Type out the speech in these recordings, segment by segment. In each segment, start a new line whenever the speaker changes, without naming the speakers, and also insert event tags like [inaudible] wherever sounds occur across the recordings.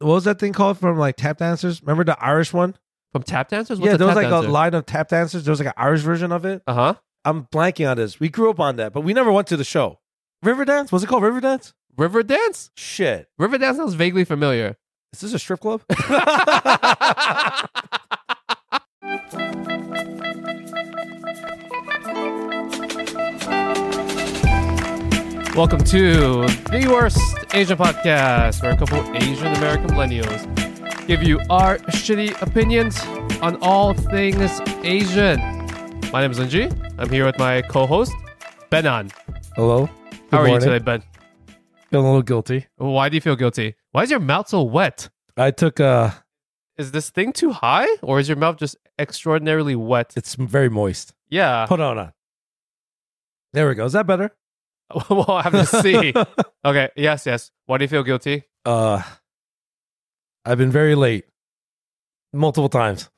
What was that thing called from like tap dancers? Remember the Irish one?
From tap dancers?
yeah, there was like a
lot.
line of tap dancers. There was like an Irish version of it.
Uh huh.
I'm blanking on this. We grew up on that, but we never went to the show. Riverdance? Was it called Riverdance?
River dance.
Shit.
River dance sounds vaguely familiar.
Is this a strip
[laughs]
club?
Welcome to the worst Asian podcast, where a couple Asian American millennials give you our shitty opinions on all things Asian. My name is Linji. I'm here with my co-host Benon.
Hello.
How are you today, Ben?
Feeling a little guilty.
Why do you feel guilty? Why is your mouth so wet?
I took uh
Is this thing too high, or is your mouth just extraordinarily wet?
it's very moist.
Yeah. [laughs]
Hold on. uh, There we go. Is that better?
we'll have to see. Okay. Yes. Yes. Why do you feel guilty?
[laughs] uh I've been very late. Multiple times.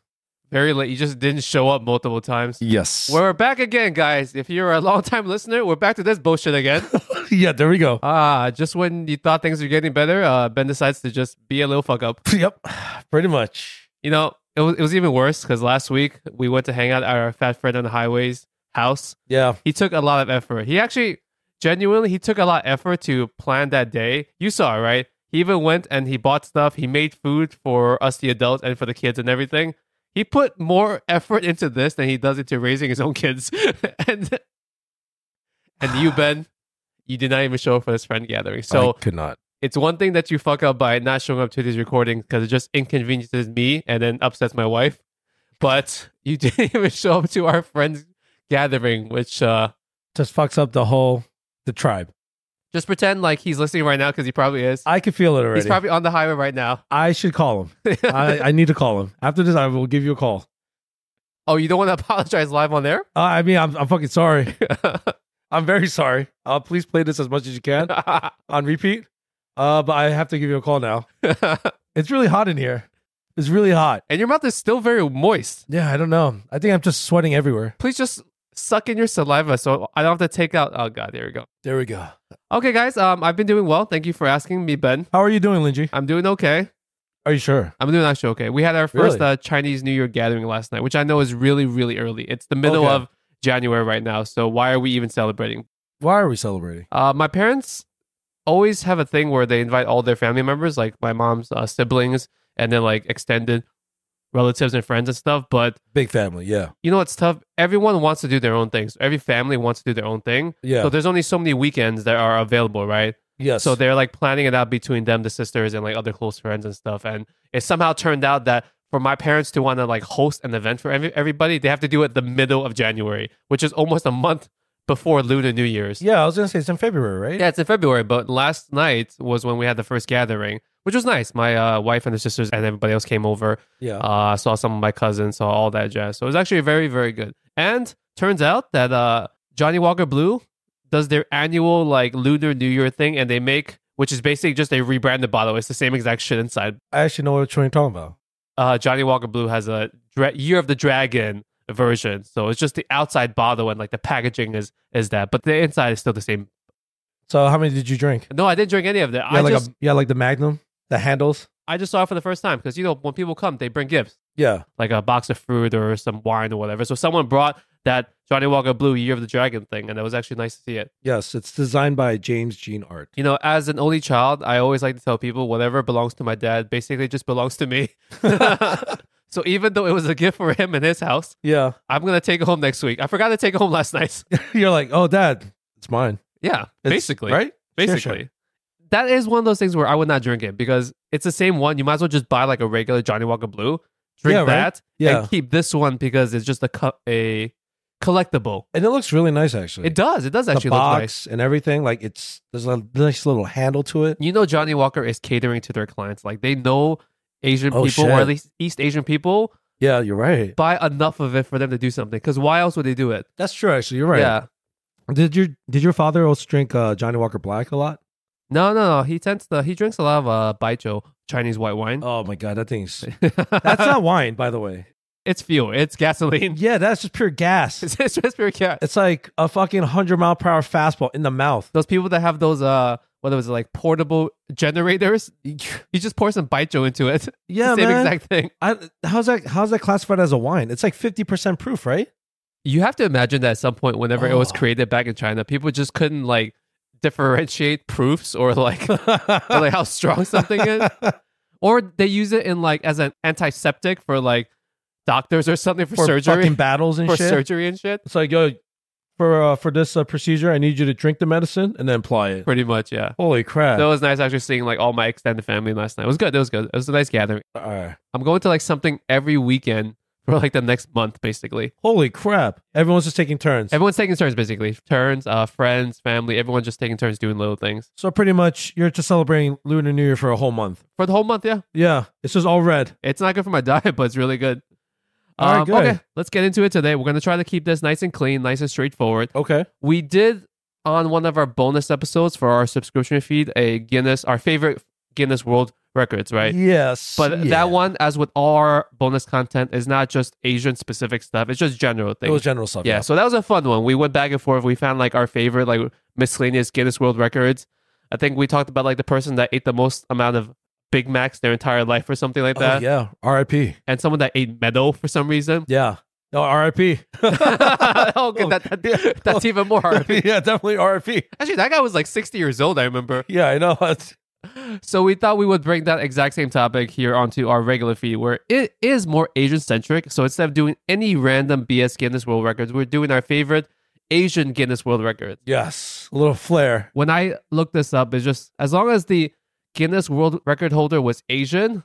Very late. You just didn't show up multiple times.
Yes.
We're back again, guys. If you're a [laughs] long-time listener, we're back to this bullshit again.
[laughs] yeah, there we go.
Ah, just when you thought things were getting better, uh, Ben decides to just be a little fuck up.
yep. Pretty much.
You know, it was, it was even worse because last week we went to hang out at our fat friend on the highways house.
Yeah.
He took a lot of effort. He actually, genuinely, he took a lot of effort to plan that day. You saw, it, right? He even went and he bought stuff. He made food for us, the adults, and for the kids and everything. He put more effort into this than he does into raising his own kids. [laughs] and and you, Ben, you did not even show up for this friend gathering. So
I could not.
it's one thing that you fuck up by not showing up to these recordings because it just inconveniences me and then upsets my wife. But you [laughs] didn't even show up to our friends gathering, which uh,
Just fucks up the whole the tribe.
just pretend like he's listening right now because he probably is.
I could feel it already.
He's probably on the highway right now. [laughs]
I should call him. I, I need to call him. After this, I will give you a call.
oh, you don't want to [laughs] apologize live on [laughs] there?
Uh, I mean, I'm, I'm fucking [laughs] sorry. I'm very sorry. Uh, please play this as much as you [laughs] can on repeat. Uh, but I have to give you a call now. It's really hot in here. It's really hot.
and your mouth is still very moist.
Yeah, I don't know. I think I'm just sweating everywhere.
Please just suck in your saliva so I don't have to take out. Oh, God, there we go.
There we go.
Okay, guys, um, I've been doing well. Thank you for asking me, Ben.
How are you doing, Linji?
I'm doing okay.
Are you sure?
I'm doing actually okay. We had our first
Really?
uh, Chinese New Year gathering last night, which I know is really, really early. It's the middle
Okay.
of January right now, so why are we even celebrating?
Why are we celebrating?
Uh, my parents always have a thing where they invite all their family members, like my mom's uh, siblings, and then like extended relatives and friends and stuff. But
Big family. Yeah.
you know, it's tough. Everyone wants to do their own things. Every family wants to do their own thing.
Yeah.
So there's only so many weekends that are available, right?
yes.
So they're like planning it out between them, the sisters, and like other close friends and stuff. And it somehow turned out that for my parents to want to like host an event for every- everybody, they have to do it the middle of January, which is almost a month before Lunar New Year's.
yeah, I was going to say it's in February, right?
Yeah, it's in February, but last night was when we had the first gathering, which was nice. My uh, wife and her sisters and everybody else came over.
Yeah.
Uh, saw some of my cousins, saw all that jazz. So it was actually very, very good. And turns out that uh, Johnny Walker Blue does their annual like Lunar New Year thing, and they make which is basically just a rebranded bottle. It's the same exact shit inside.
I actually know what you're talking about.
Uh, Johnny Walker Blue has a dra- Year of the Dragon version, so it's just the outside bottle and like the packaging is is that, but the inside is still the same.
So how many did you drink?
No, I didn't drink any of that.
Yeah,
I
like
just
a, yeah, like the Magnum, the handles.
I just saw it for the first time because you know when people come, they bring gifts.
Yeah.
like a box of fruit or some wine or whatever. So someone brought that Johnny Walker Blue Year of the Dragon thing, and it was actually nice to see it.
Yes, it's designed by James Jean Art.
You know, as an only child, I always like to tell people whatever belongs to my dad basically just belongs to me. [laughs] so even though it was a gift for him in his house,
Yeah. [laughs]
I'm gonna take it home next week. I forgot to take it home last night. [laughs]
You're like, oh, Dad, it's mine.
Yeah,
It's-
basically,
Right?
Basically.
Sure, sure.
That is one of those things where I would not drink it because it's the same one. You might as well just buy like a regular Johnny Walker Blue, drink
Yeah, right?
that,
Yeah.
and keep this one because it's just a cu- a collectible.
and it looks really nice actually.
It does. It does
the
actually look
box
nice.
and everything. Like it's there's a nice little handle to it.
You know, Johnny Walker is catering to their clients. Like they know Asian
Oh,
people,
shit.
or at least East Asian people,
Yeah, you're right.
buy enough of it for them to do something. Because why else would they do it?
That's true. Actually, you're right.
Yeah.
Did your did your father also drink uh, Johnny Walker Black a lot?
No, no, no. He tends to. He drinks a lot of uh, baijiu, Chinese white wine.
Oh my god, that
[laughs]
thing's that's not wine, by the way.
it's fuel. It's gasoline. [laughs]
Yeah, that's just pure gas.
it's, it's just pure cat.
It's like a fucking hundred mile per hour fastball in the mouth.
Those people that have those uh, what was it like portable generators? [laughs] You just pour some baijiu into it. [laughs]
Yeah,
Same
man.
exact thing.
I, how's that? How's that classified as a wine? It's like fifty percent proof, [laughs] right?
You have to imagine that at some point, whenever it was
Oh.
created back in China, people just couldn't like differentiate proofs or like or, like how strong
[laughs]
something is, or they use it in like as an antiseptic for like doctors or something for,
For
surgery
fucking battles and
for
shit.
surgery and shit.
It's like yo, for uh, for this uh, procedure, I need you to drink the medicine and then apply it.
Pretty much, yeah.
Holy crap!
That was nice actually seeing like all my extended family last night. It was good. It was good. It was a nice gathering.
All right.
I'm going to like something every weekend for like the next month, basically.
Holy crap! Everyone's just taking turns.
Everyone's taking turns, basically. Turns, uh, friends, family, everyone's just taking turns doing little things.
so pretty much, you're just celebrating Lunar New Year for a whole month.
For the whole month, yeah.
Yeah, it's just all red.
It's not good for my [laughs] diet, but it's really good. Um,
All right, good.
Okay, let's get into it today. We're going to try to keep this nice and clean, nice and straightforward.
Okay.
We did on one of our bonus episodes for our subscription feed a Guinness, our favorite Guinness World Records, right?
Yes.
But
yeah.
that one, as with all our bonus content, is not just Asian specific stuff. It's just general
It
things.
was general stuff.
yeah, so that was a fun one. We went back and forth. We found like our favorite, like miscellaneous Guinness World Records. I think we talked about like the person that ate the most amount of Big Macs their entire life or something like
Oh,
that.
yeah. R.I.P.
And someone that ate metal for some
[laughs]
reason.
Yeah. No, R.I.P.
oh, okay, that, that, [laughs] that's
oh.
even more. Actually,
[laughs] yeah, definitely R.I.P.
that guy was like 60 years old, I remember.
Yeah, I know. [laughs] That's,
So we thought we would bring that exact same topic here onto our regular feed, where it is more Asian centric. So instead of doing any random BS Guinness World Records, we're doing our favorite Asian Guinness World Records.
yes. A little flair.
When I looked this up, it's just as long as the Guinness World Record holder was Asian,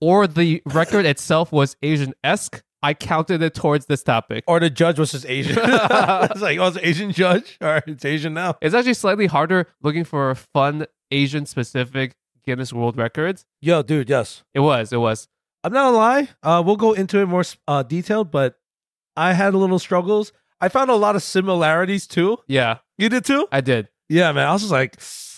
or the record itself was Asian esque, I counted it towards this topic.
Or the judge was just [laughs] Asian. it's like, oh, it's an Asian judge. All right, it's Asian now.
It's actually slightly harder looking for fun Asian specific Guinness World Records.
Yo, dude, yes.
It was, it was.
I'm not gonna lie. Uh, we'll go into it more uh, detailed, but I had a little struggles. I found a lot of similarities too.
Yeah,
You did too?
I did.
Yeah, man. I was just like,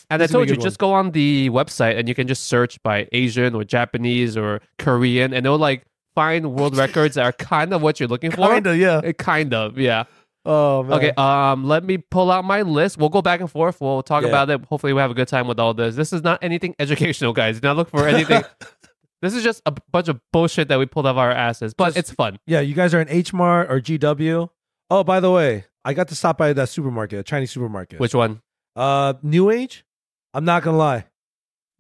And I
this is gonna
told
be a
you,
good
just go on the website and you can just search by Asian or Japanese or Korean, and it'll like find world records that are kind of what you're looking
one.
for.
kinda, yeah.
Uh, Kind of, yeah.
Oh man.
Okay, um, let me pull out my list. We'll go back and forth. We'll talk
Yeah.
about it. Hopefully, we have a good time with all this. This is not anything [laughs] educational, guys. Do not look
[laughs]
for anything. this is just a bunch of bullshit that we pulled out of our asses, but
Just-
it's fun.
Yeah, you guys are in H Mart or GW. Oh, by the way, I got to stop by that supermarket, a Chinese supermarket.
Which one?
uh, New Age? I'm not gonna lie,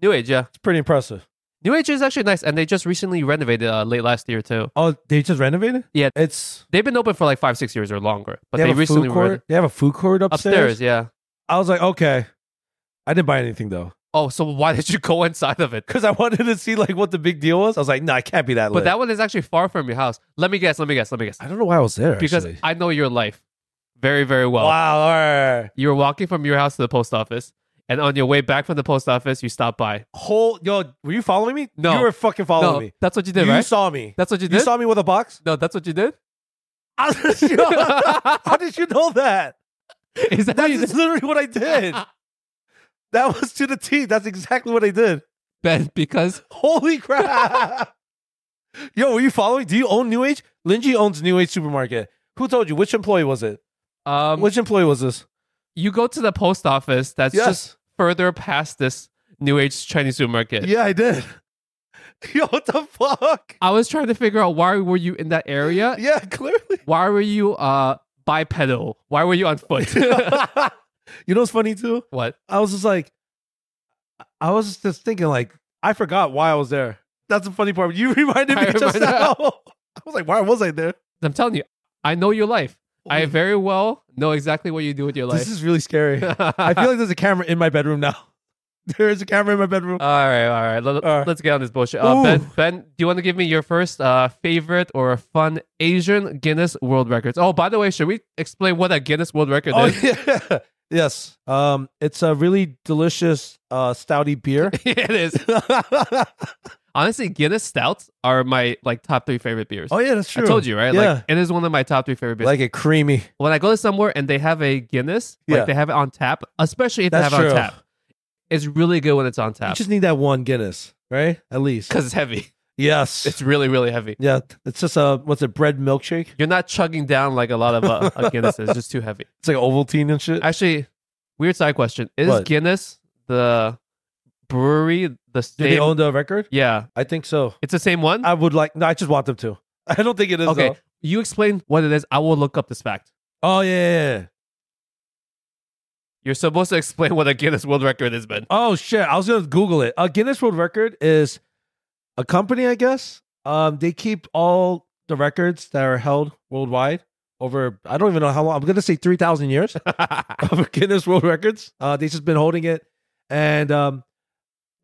New Age, yeah.
it's pretty impressive.
New Age is actually nice, and they just recently renovated uh, late last year too.
Oh, they just renovated?
Yeah.
it's
They've been open for like five, six years or longer, but
they,
they,
have a
recently
food court.
reno-
they have a food court upstairs.
upstairs. Yeah.
I was like, okay, I didn't buy anything though, [laughs]
Oh, so why did you [laughs] go inside of it?
because I wanted to see like what the big deal was. I was like, no, I can't be that.
But
lit.
that one is actually far from your house. Let me guess. Let me guess. Let me guess.
I don't know why I was there
Because
actually.
I know your life very, very well.
wow, all right.
You were walking from your house to the post office, and on your way back from the post office, you stopped by.
whole yo, were you following me?
No.
you were fucking following
No,
me.
that's what you did,
you
right?
saw me.
that's what you
You
did.
saw me with a
[laughs]
box.
no, that's what you did.
How did you know that?
is that how
That's
you did?
literally what I
[laughs]
did. That was to the T. That's exactly what I did.
Ben, because
Holy crap. [laughs] Yo, were you following? Do you own New Age? Linji owns New Age Supermarket. Who told you? Which employee was it?
um,
Which employee was this?
you go to the post office. That's
Yes.
just further past this new age Chinese supermarket.
Yeah, I did. [laughs] Yo, what the fuck?
I was trying to figure out why were you in that area?
Yeah, clearly. [laughs]
Why were you uh bipedal? Why were you
[laughs]
on foot?
you know what's funny too?
what?
I was just like, I was just thinking, like, I forgot why I was there. That's the funny part. You [laughs] reminded me
I
just
remember
now. [laughs] I was like, why was I there?
I'm telling you, I know your life. I
Holy-
very well know exactly what you do with your life.
This is really scary. I feel like there's a camera in my bedroom now. [laughs] there is a camera in my bedroom.
All right, all right. Let,
All right.
us get on this bullshit. Uh,
Ooh.
ben, Ben, do you want to give me your first uh, favorite or fun Asian Guinness World Records? Oh, by the way, should we explain what a Guinness World Record
oh
is? [laughs]
yeah. [laughs] Yes. Um, it's a really delicious uh stouty
[laughs]
beer.
it is.
oh
Honestly, Guinness Stouts are my like top three favorite beers.
yeah, that's Oh, true.
I told you, right?
Yeah.
Like it is one of my top three favorite beers.
like it creamy.
when I go to somewhere and they have a Guinness, like
Yeah.
they have it on tap, especially if
That's
they have it
true.
on tap. It's really good when it's on
You
tap [laughs]
just need that one Guinness, right? At least.
because it's heavy.
Yes.
It's really, really heavy.
yeah. It's just a what's it? Bread milkshake.
You're not chugging down like a lot of uh,
[laughs]
uh, Guinness. It's just too heavy.
It's like Ovaltine and shit.
Actually, weird side question: Is
What?
Guinness the brewery the
Do they
same?
own the record?
yeah,
I think so.
it's the same one.
I would like. No, I just want them to. [laughs] I don't think it is.
okay,
though.
you explain what it is. I will look up this fact.
Oh yeah, yeah, yeah.
You're supposed to [laughs] explain what a Guinness World Record is, Ben.
Oh shit. I was gonna Google it. A Guinness World Record is a company, I guess. Um, they keep all the records that are held worldwide over. I don't even know how long. I'm gonna say three thousand years of Guinness World Records. Uh, they just been holding it, and um,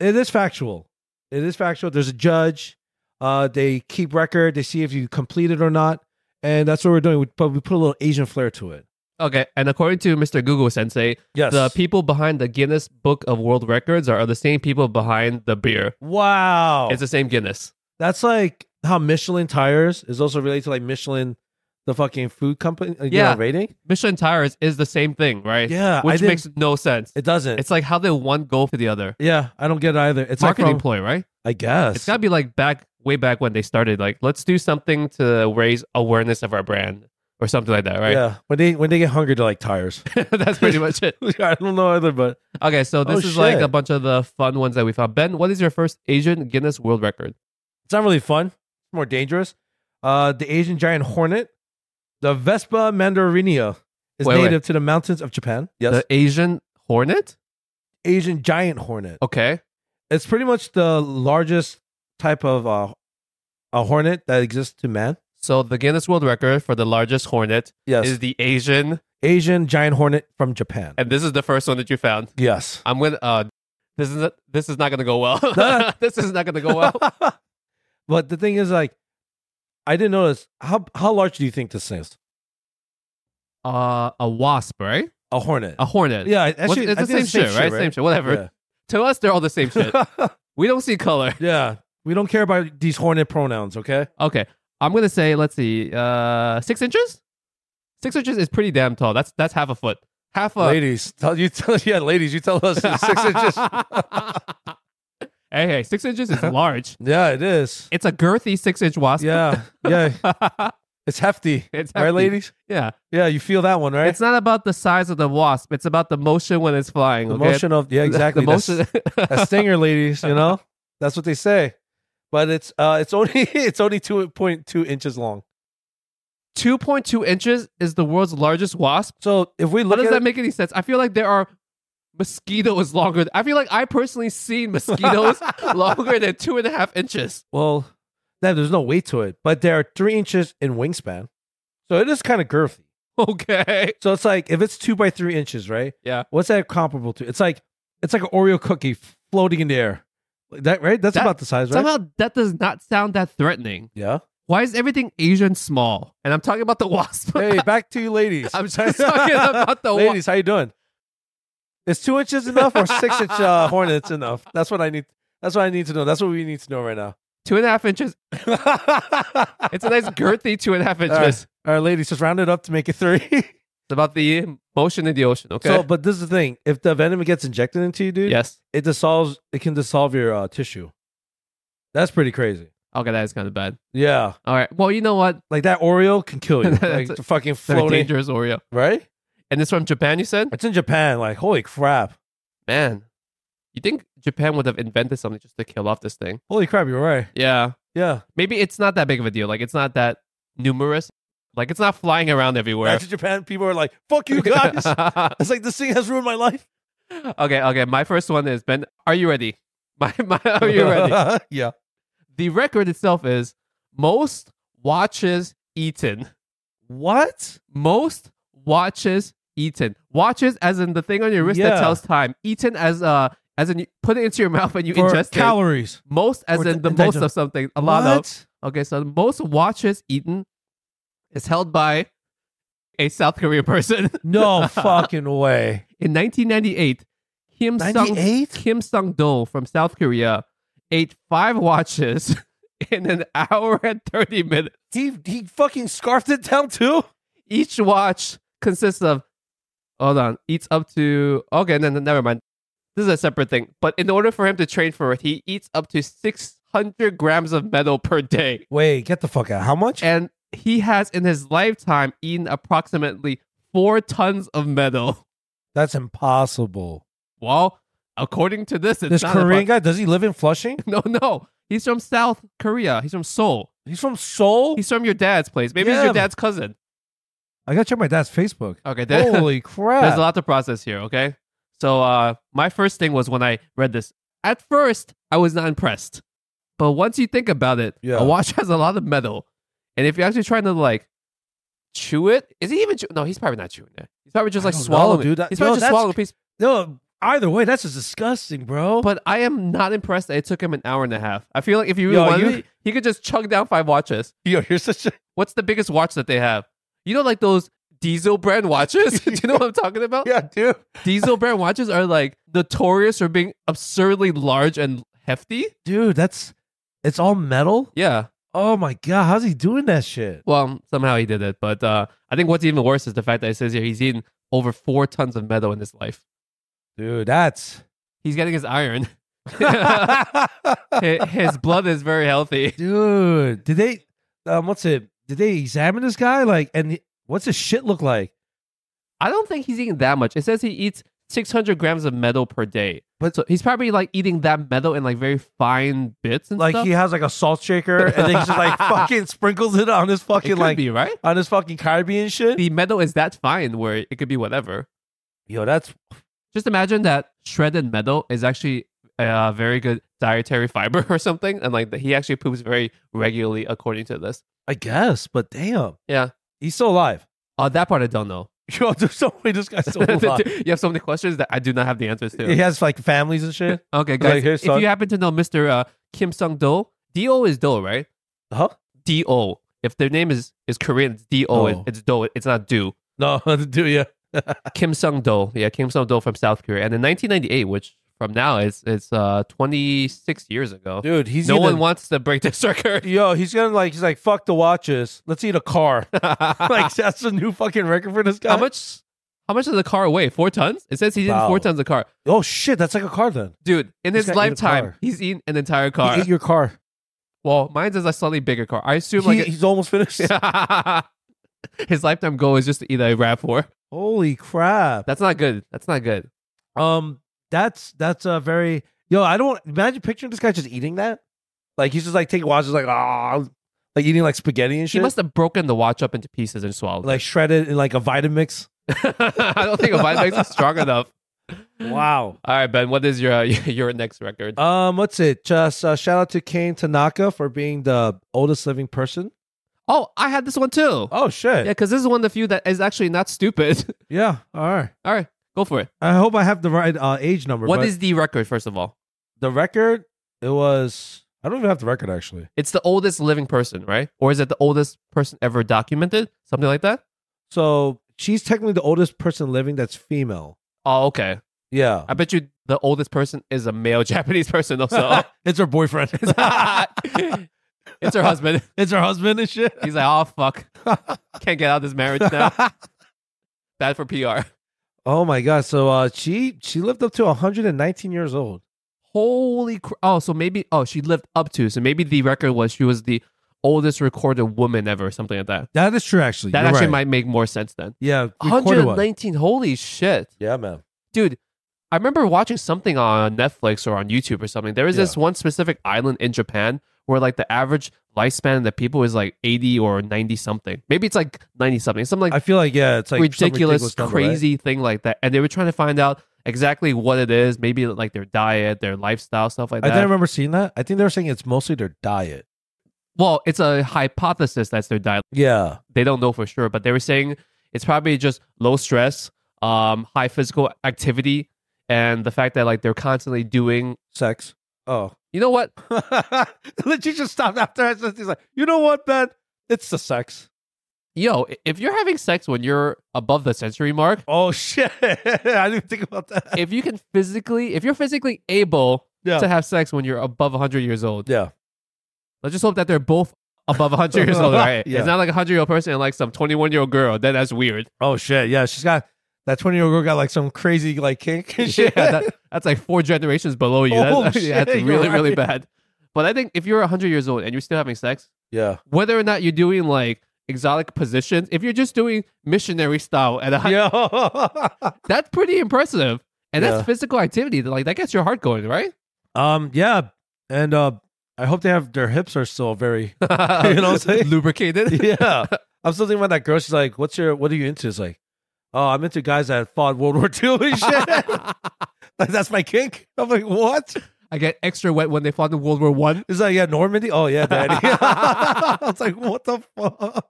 it is factual. It is factual. There's a judge. Uh, they keep record. They see if you complete it or not, and that's what we're doing. We, but we put a little Asian flair to it.
okay, and according to Mr. Google Sensei,
Yes.
the people behind the Guinness Book of World Records are the same people behind the beer.
wow.
It's the same Guinness.
That's like how Michelin tires is also related to like Michelin, the fucking food company. uh, you
Yeah.
know, rating.
Michelin tires is the same thing, right?
Yeah, I
which
didn't-
makes no sense.
It doesn't.
It's like how did one go for the other?
yeah, I don't get it either. It's
Marketing
like from,
ploy, right?
I guess.
It's got to be like back way back when they started. Like, let's do something to raise awareness of our brand or something like that, right?
Yeah, when they when they get hungry, they're like tires. [laughs]
[laughs] That's pretty much it.
I don't know either, but
Okay, so
[laughs]
this
Oh,
is like
shit.
a bunch of the fun ones that we found. Ben, what is your first Asian Guinness World Record?
it's not really fun. It's more dangerous. Uh, the Asian giant hornet, the Vespa mandarinia, is
Wait, wait.
native to the mountains of Japan. Yes,
The Asian hornet?
Asian giant hornet.
Okay.
It's pretty much the largest type of uh, a hornet that exists to man.
So the Guinness World Record for the largest hornet
Yes,
is the Asian,
Asian giant hornet from Japan.
and this is the first one that you found.
Yes.
I'm gonna. Uh, this is this is not gonna go well.
[laughs] no.
[laughs] this is not gonna go well.
[laughs] but the thing is, like, I didn't notice how how large do you think this is?
Uh, a wasp, right?
A hornet.
A hornet.
yeah, actually,
What's- it's
I
the
think
same, shit, right? Same shit. Whatever. To us, they're all the
[laughs]
same [laughs] shit.
Yeah.
we don't see color.
Yeah. We don't care about these hornet pronouns, okay?
Okay, I'm gonna say let's see, uh, six inches. Six inches is pretty damn tall. That's that's half a foot. Half a. [laughs]
Ladies, tell you tell [laughs] yeah, ladies, you tell us it's six inches.
hey, hey, six inches is large.
Yeah, it is.
It's a girthy six inch wasp.
Yeah, yeah, it's hefty,
[laughs] It's hefty.
right, ladies?
yeah.
Yeah, you feel that one, right?
It's not about the size of the wasp. It's about the motion when it's flying.
the
okay?
motion of yeah, exactly.
[laughs] The
That's-
motion.
a
[laughs]
stinger, ladies. You know, that's what they say. But it's uh, it's only [laughs] it's only two point two inches long.
2.2 inches is the world's largest wasp.
So if we
How
look
does
at
that
it,
make any sense? I feel like there are mosquitoes longer. I feel like I personally seen
[laughs]
mosquitoes longer than two and a half inches. [laughs]
well, no, there's no weight to it, but there are three inches in wingspan, so it is kind of girthy.
Okay.
So it's like if it's two by three inches, right?
Yeah.
What's that comparable to? It's like it's like an Oreo cookie floating in the air, Like that right? That's
That-
about the size, right?
Somehow that does not sound that threatening.
yeah.
Why is everything Asian small? And I'm talking about the
[laughs]
wasp.
Hey, back to you,
[laughs]
ladies.
I'm just talking about the wasp.
ladies. How you doing? Is two inches enough or six inch [laughs] uh, hornets enough? That's what I need. That's what I need to know. That's what we need to know right now.
Two and a half inches. It's a nice girthy two and a half inches. It's
[laughs] All right, ladies, just round it up to make it three. [laughs]
about the motion in the ocean. Okay.
So, but this is the thing: if the venom gets injected into you, dude,
yes.
it dissolves. It can dissolve your uh, tissue. That's pretty crazy.
Okay, that is kind of bad.
Yeah,
All right. Well, you know what?
like that Oreo can kill
[laughs]
you.
That's
like the fucking
Very
floating,
dangerous Oreo.
right?
And it's from Japan, you said?
It's in Japan. Like, holy crap!
Man, you think Japan would have invented something just to kill off this thing?
Holy crap! You're right.
Yeah.
Yeah,
Maybe it's not that big of a deal. Like, it's not that numerous. Like, it's not flying around everywhere.
back to Japan. People are like, "Fuck
[laughs]
you guys!" it's like this thing has ruined my life.
okay, okay. My first one is Ben, are you ready? [laughs] My, my,
[laughs] Oh,
are you ready?
yeah.
the record itself is most watches eaten.
What?
Most watches eaten. Watches as in the thing on your wrist that
Yeah.
tells time. Eaten as uh as in you put it into your mouth and you
for
ingest it.
calories.
Most, as
Or
in the
di-
most
digest-
of something, a lot of.
What?
Okay, so the most watches eaten is held by a South Korean person. [laughs]
[laughs] No fucking [laughs] way.
In 1998, Kim Sung
98?
Kim Sung Do from South Korea ate five watches [laughs] in an hour and 30 minutes.
He he fucking scarfed it down too.
Each watch consists of hold on, eats up to okay, no, no, never mind. This is a separate thing. But in order for him to train for it, he eats up to 600 grams of metal per day.
Wait, get the fuck out. How much?
and he has in his lifetime eaten approximately four tons of metal. [laughs]
That's impossible.
Well, according to this, it's
This
not
Korean guy, does he live in Flushing?
about- [laughs] no, no, he's from South Korea. He's from Seoul.
He's from Seoul.
He's from your dad's place. Maybe he's
Yeah.
your dad's cousin.
I gotta check my dad's Facebook.
Okay, there-
Holy crap!
[laughs] there's a lot to process here. Okay, so uh, my first thing was when I read this. At first, I was not impressed, but once you think about it,
Yeah.
a watch [laughs] has a lot of metal, and if you're actually trying to like chew it, is he even? Chew- no, he's probably not chewing it. He's probably just
I
like
don't know,
swallowing.
dude. That-
he's
yo,
probably just
that's-
swallowing a piece.
no, either way, that's just disgusting, bro.
But I am not impressed that it took him an hour and a half. I feel like if you really
Yo,
wanted
you-
it, he could just chug down five watches.
yo, you're such a [laughs]
What's the biggest watch that they have? You know, like those diesel brand watches? [laughs] Do you know what I'm talking about?
yeah, dude.
Diesel brand watches are like notorious for being absurdly large and hefty.
Dude, that's it's all metal.
Yeah.
Oh my god, how's he doing that shit?
Well, somehow he did it. But uh, I think what's even worse is the fact that it says here he's eaten over four tons of metal in his life.
Dude,
[laughs]
that's [laughs]
He's getting his iron. [laughs] Hi- his blood is very healthy.
dude. Did they? Um, what's it? Did they examine this guy? Like, and he- what's his shit look like?
I don't think he's eating that much. It says he eats 600 grams of metal per day.
But-
so he's probably like eating that metal in like very fine bits and
Like
stuff.
he has like a salt shaker, and then he just
[laughs]
like fucking sprinkles it on his
it
fucking
could
like
be right.
on his fucking Caribbean shit.
The metal is that fine where it could be whatever.
Yo, that's
Just imagine that shredded metal is actually a very good dietary fiber [laughs] or something, and like that he actually poops very regularly according to this.
I guess, but damn,
Yeah.
he's still alive. [laughs]
Uh, that part I don't know.
Yo, there's no way this guy's still
[laughs]
alive.
you have so many questions that I do not have the answers to.
he has like families and shit.
[laughs] Okay, guys,
here,
if
son.
you happen to know Mr. Uh, Kim Sung Do, Do is Do, right?
Huh?
D-O. If their name is, is Korean, it's D-O. It-
Oh.
It's Do. It's not Do.
No, [laughs] do you?
Kim Sung Do. Yeah, Kim Sung Do from South Korea. And in 1998, which from now is it's uh, 26 years ago,
Dude, he's
no
eating-
one wants to break this [laughs] record.
Yo, he's gonna like he's like fuck the watches. Let's eat a
[laughs]
car. [laughs] like that's a new fucking record for this guy.
how much? How much does the car weigh? Four tons? It says he did
Wow.
four tons of car.
Oh shit, that's like a car then.
Dude, in
This
his
guy ate a
lifetime,
car.
he's eaten an entire car.
He ate your car.
well, mine is a slightly bigger car. I assume
He-
like
he's almost finished.
a- [laughs] his lifetime goal is just to eat a RAV4.
Holy crap.
That's not good. That's not good.
Um, that's that's a very yo. I don't imagine picturing this guy just eating that. Like he's just like taking watches, like ah, like eating like spaghetti and
He
shit,
must have broken the watch up into pieces and swallowed. it.
like shredded in like a
[gasps]
Vitamix.
[laughs] I don't think Vitamix is strong enough.
Wow.
All right, Ben, what is your uh, [laughs] your next record?
Um, what's it? Just uh, shout out to Kane Tanaka for being the oldest living person.
oh, I had this one too.
Oh shit.
Yeah, because this is one of the few that is actually not stupid. [laughs]
Yeah. All right.
All right, go for it.
I hope I have the right uh, age number.
What
but
is the record, first of all?
the record? It was. I don't even have the record actually.
It's the oldest living person, right? Or is it the oldest person ever documented? Something like that?
So she's technically the oldest person living that's female.
Oh, okay.
Yeah.
I bet you the oldest person is a male [laughs] Japanese
[laughs]
person also.
it's her boyfriend.
[laughs] it's her husband.
it's her husband and shit.
He's like, oh, fuck. Can't get out of this marriage
[laughs]
now. Bad for PR.
oh my god! So uh, she she lived up to 119 years old.
Holy cr- oh, so maybe oh she lived up to so maybe the record was she was the oldest recorded woman ever, something like that.
That is true, actually.
That
You're
actually
right.
might make more sense then.
yeah, recorded one.
119, holy shit,
Yeah, man.
dude! I remember watching something on Netflix or on YouTube or something. There is this one specific island in Japan where like the average lifespan of the people is like 80 or 90 something. Maybe it's like 90 something, something like
I feel like yeah, it's like some
ridiculous,
number, right?
crazy thing like that. And they were trying to find out exactly what it is, maybe like their diet, their lifestyle, stuff like
I
that.
didn't remember seeing that. I think they were saying it's mostly their diet.
Well, it's a hypothesis that's their diet.
Yeah,
They don't know for sure, but they were saying it's probably just low stress, um, high physical activity, and the fact that like they're constantly doing.
Sex. Oh. [laughs]
You know what?
Legit just stopped after I said, he's like, you know what, Ben? It's the sex.
Yo, i- if you're having sex when you're above the
[laughs]
century mark,
Oh, shit. I didn't think about that.
if you can physically, if you're physically able
Yeah.
to have sex when you're above 100 years old,
Yeah.
let's just hope that they're both above 100
[laughs]
years old. Right?
Yeah.
It's not like a 100 year old person and like some 21 year old girl. Then
[laughs]
that's weird. [laughs]
Oh, shit. Yeah. She's got that 20 year old girl got like some crazy like kink and
[laughs] yeah,
shit.
that, that's like four generations below you.
Oh,
That's- [laughs] yeah,
shit,
that's
you're
really, really
right.
bad. But I think if you're 100 years old and you're still having sex,
yeah.
whether or not you're doing like exotic positions, if you're just doing missionary style, at a hun-
[laughs] Yo. [laughs]
that's pretty impressive. And
Yeah.
that's physical activity. Like that gets your heart going, right?
um, yeah. And uh, I hope they have their hips are still
[laughs]
very [laughs] You know what I'm saying? [laughs]
Lubricated.
yeah. I'm still thinking about that girl. She's like, "What's your? What are you into?" It's like, "Oh, I'm into guys that fought World War II
[laughs]
and shit. [laughs] like, that's my kink." I'm like, "What?"
I get extra wet when they fought in World War One.
It's like, "Yeah, Normandy." Oh yeah, daddy. [laughs] I was like, "What the fuck?"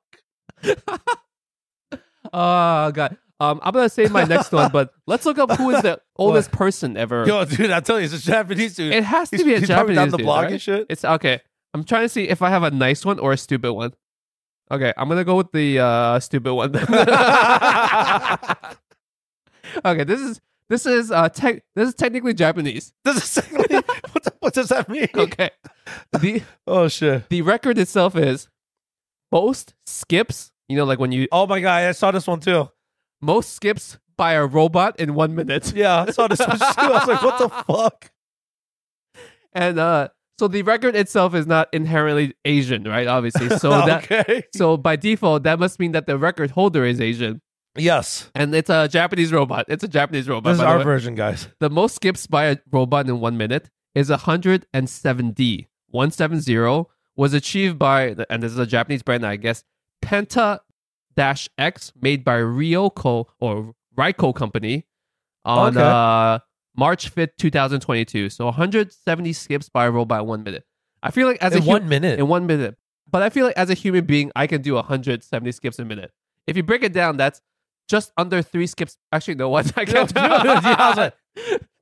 Oh god. Um, I'm gonna say my next one,
[laughs]
but let's look up who is the oldest person ever.
Yo, dude, I tell you, it's a Japanese dude.
it has to
he's
be a
he's probably down
Japanese
the
dude,
block
right?
and shit.
It's okay. I'm trying to see if I have a nice one or a stupid one. Okay, I'm gonna go with the uh, stupid one.
[laughs]
[laughs] okay, this is this is uh tech this is technically
[laughs]
Japanese.
This is exactly-
[laughs]
what, the, what does that mean?
Okay, the
Oh shit.
the record itself is most skips. You know, like when you
Oh my god, I saw this one too.
most skips by a robot in one minute.
Yeah, I saw this one too. I was like,
[laughs]
"What the fuck?"
and uh so the record itself is not inherently asian right
[laughs]
obviously so that
okay.
so by default that must mean that the record holder is asian
Yes,
and it's a japanese robot it's a japanese robot
this is
by the
our
way.
version, guys.
the most skips by a robot in one minute is 170 170 was achieved by and this is a japanese brand i guess penta dash x made by ryoko or Ryko company on
Okay.
uh, march 5th 2022 so 170 skips by a robot in one minute i feel like as a
In
hu-
one minute. [laughs]
in one minute but i feel like as a human being i can do 170 skips a minute if you break it down that's just under three skips actually no [laughs] what
[laughs]
i can't do
dude, yeah, I was like,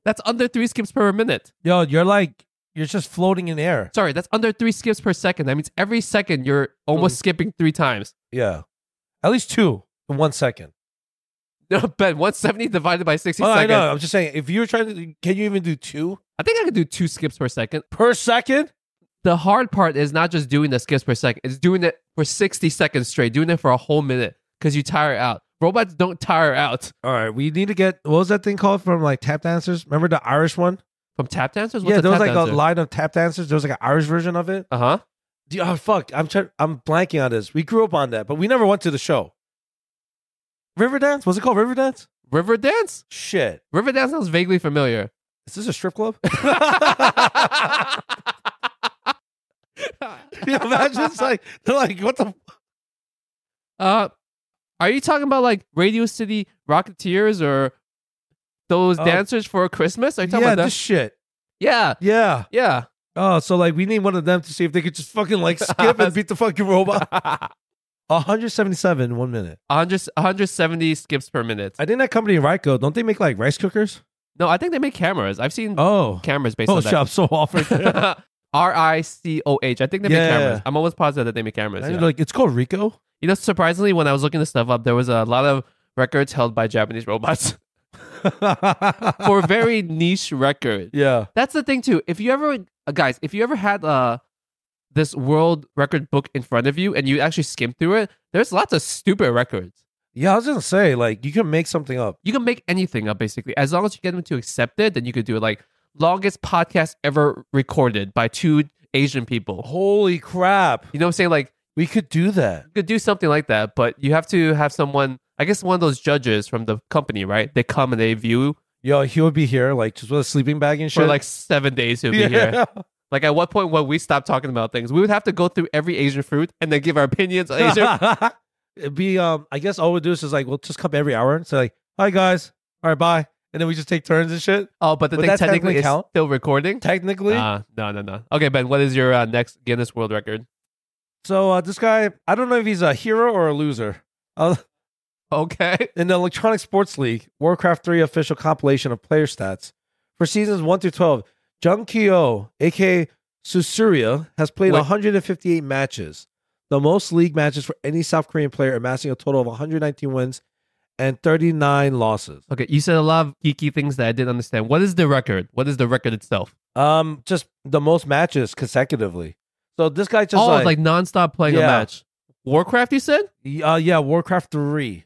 that's under three skips per minute.
Yo, you're like you're just floating in air.
Sorry, that's under three skips per second. That means every second you're
Hmm.
almost skipping three times. [laughs]
Yeah, at least two in one second.
No, Ben, 170 divided by 60
Oh, I
seconds.
know. I'm just saying, if you're trying to, can you even do two
I think I could do two skips per second.
per second?
The hard part is not just doing the skips per second, it's doing it for 60 seconds straight, doing it for a whole minute because you tire out. Robots don't tire out.
All right, we need to get what was that thing called from like tap dancers? Remember the Irish one?
From tap dancers?
yeah,
a
there was
tap
like a
dancer?
line of tap dancers. There was like an Irish version of it.
Uh-huh.
Dude, oh fuck, I'm trying. I'm blanking on this. We grew up on that, but we never went to the show. River dance? Was it called River dance?
River dance?
Shit,
River dance sounds
[laughs]
vaguely familiar. [laughs]
is this a strip club? [laughs] Can you imagine? It's like they're like, what the?
Uh, are you talking about like Radio City Rocketeers or those
Uh,
dancers for Christmas? Are you talking
yeah,
about that?
this shit.
yeah,
Yeah.
yeah.
Oh, so like we need one of them to see if they could just fucking like skip and beat the fucking robot. [laughs] 177 in one minute.
100, 170 skips per minute.
I think that company Ryko, don't they make like rice cookers?
no, I think they make cameras. I've seen
Oh,
cameras based
oh,
on that.
shop so off [laughs] right there.
[laughs] R I C O H. I think they
Yeah.
make cameras. I'm almost positive that they make cameras.
And
yeah.
you're like it's called Rico.
you know, surprisingly, when I was looking this stuff up, there was a lot of records held by Japanese
[laughs]
robots for a very niche record.
[laughs] yeah,
That's the thing too. If you ever, uh, guys, if you ever had uh this world record book in front of you and you actually skim through it, there's lots of stupid records.
yeah. I was gonna say like you can make something up.
You can make anything up basically, as long as you get them to accept it. Then you could do it like longest podcast ever recorded by two Asian people.
Holy crap,
You know what I'm saying? Like
we could do that.
you could do something like that, but you have to have someone. I guess one of those judges from the company, right? They come and they view
Yo, he would be here like just with a sleeping bag and shit.
for like seven days. Who'll be here.
[laughs]
Like at what point when we stop talking about things, we would have to go through every Asian fruit and then give our
[laughs]
opinions on Asian.
It'd be um I guess all we do is just like we'll just come every hour and say like, hi guys, all right, bye. And then we just take turns and shit.
Oh, but the
Would
thing
that technically
technically is
count?
still recording.
Technically.
Uh, no, no, no. Okay, Ben, what is your uh, next Guinness World Record?
so uh, this guy, I don't know if he's a hero or a loser. Uh,
[laughs] Okay.
In the Electronic Sports League, Warcraft 3 official compilation of player stats for seasons 1 through 12, Jung Kyo, aka Susuria, has played
Wait.
158 matches, the most league matches for any South Korean player, amassing a total of 119 wins and 39 losses.
Okay. You said a lot of geeky things that I didn't understand. What is the record? What is the record itself?
Um, just the most matches consecutively. So this guy just
oh,
like,
it's like nonstop playing a
Yeah.
match. Warcraft, you said?
uh, yeah, Warcraft 3.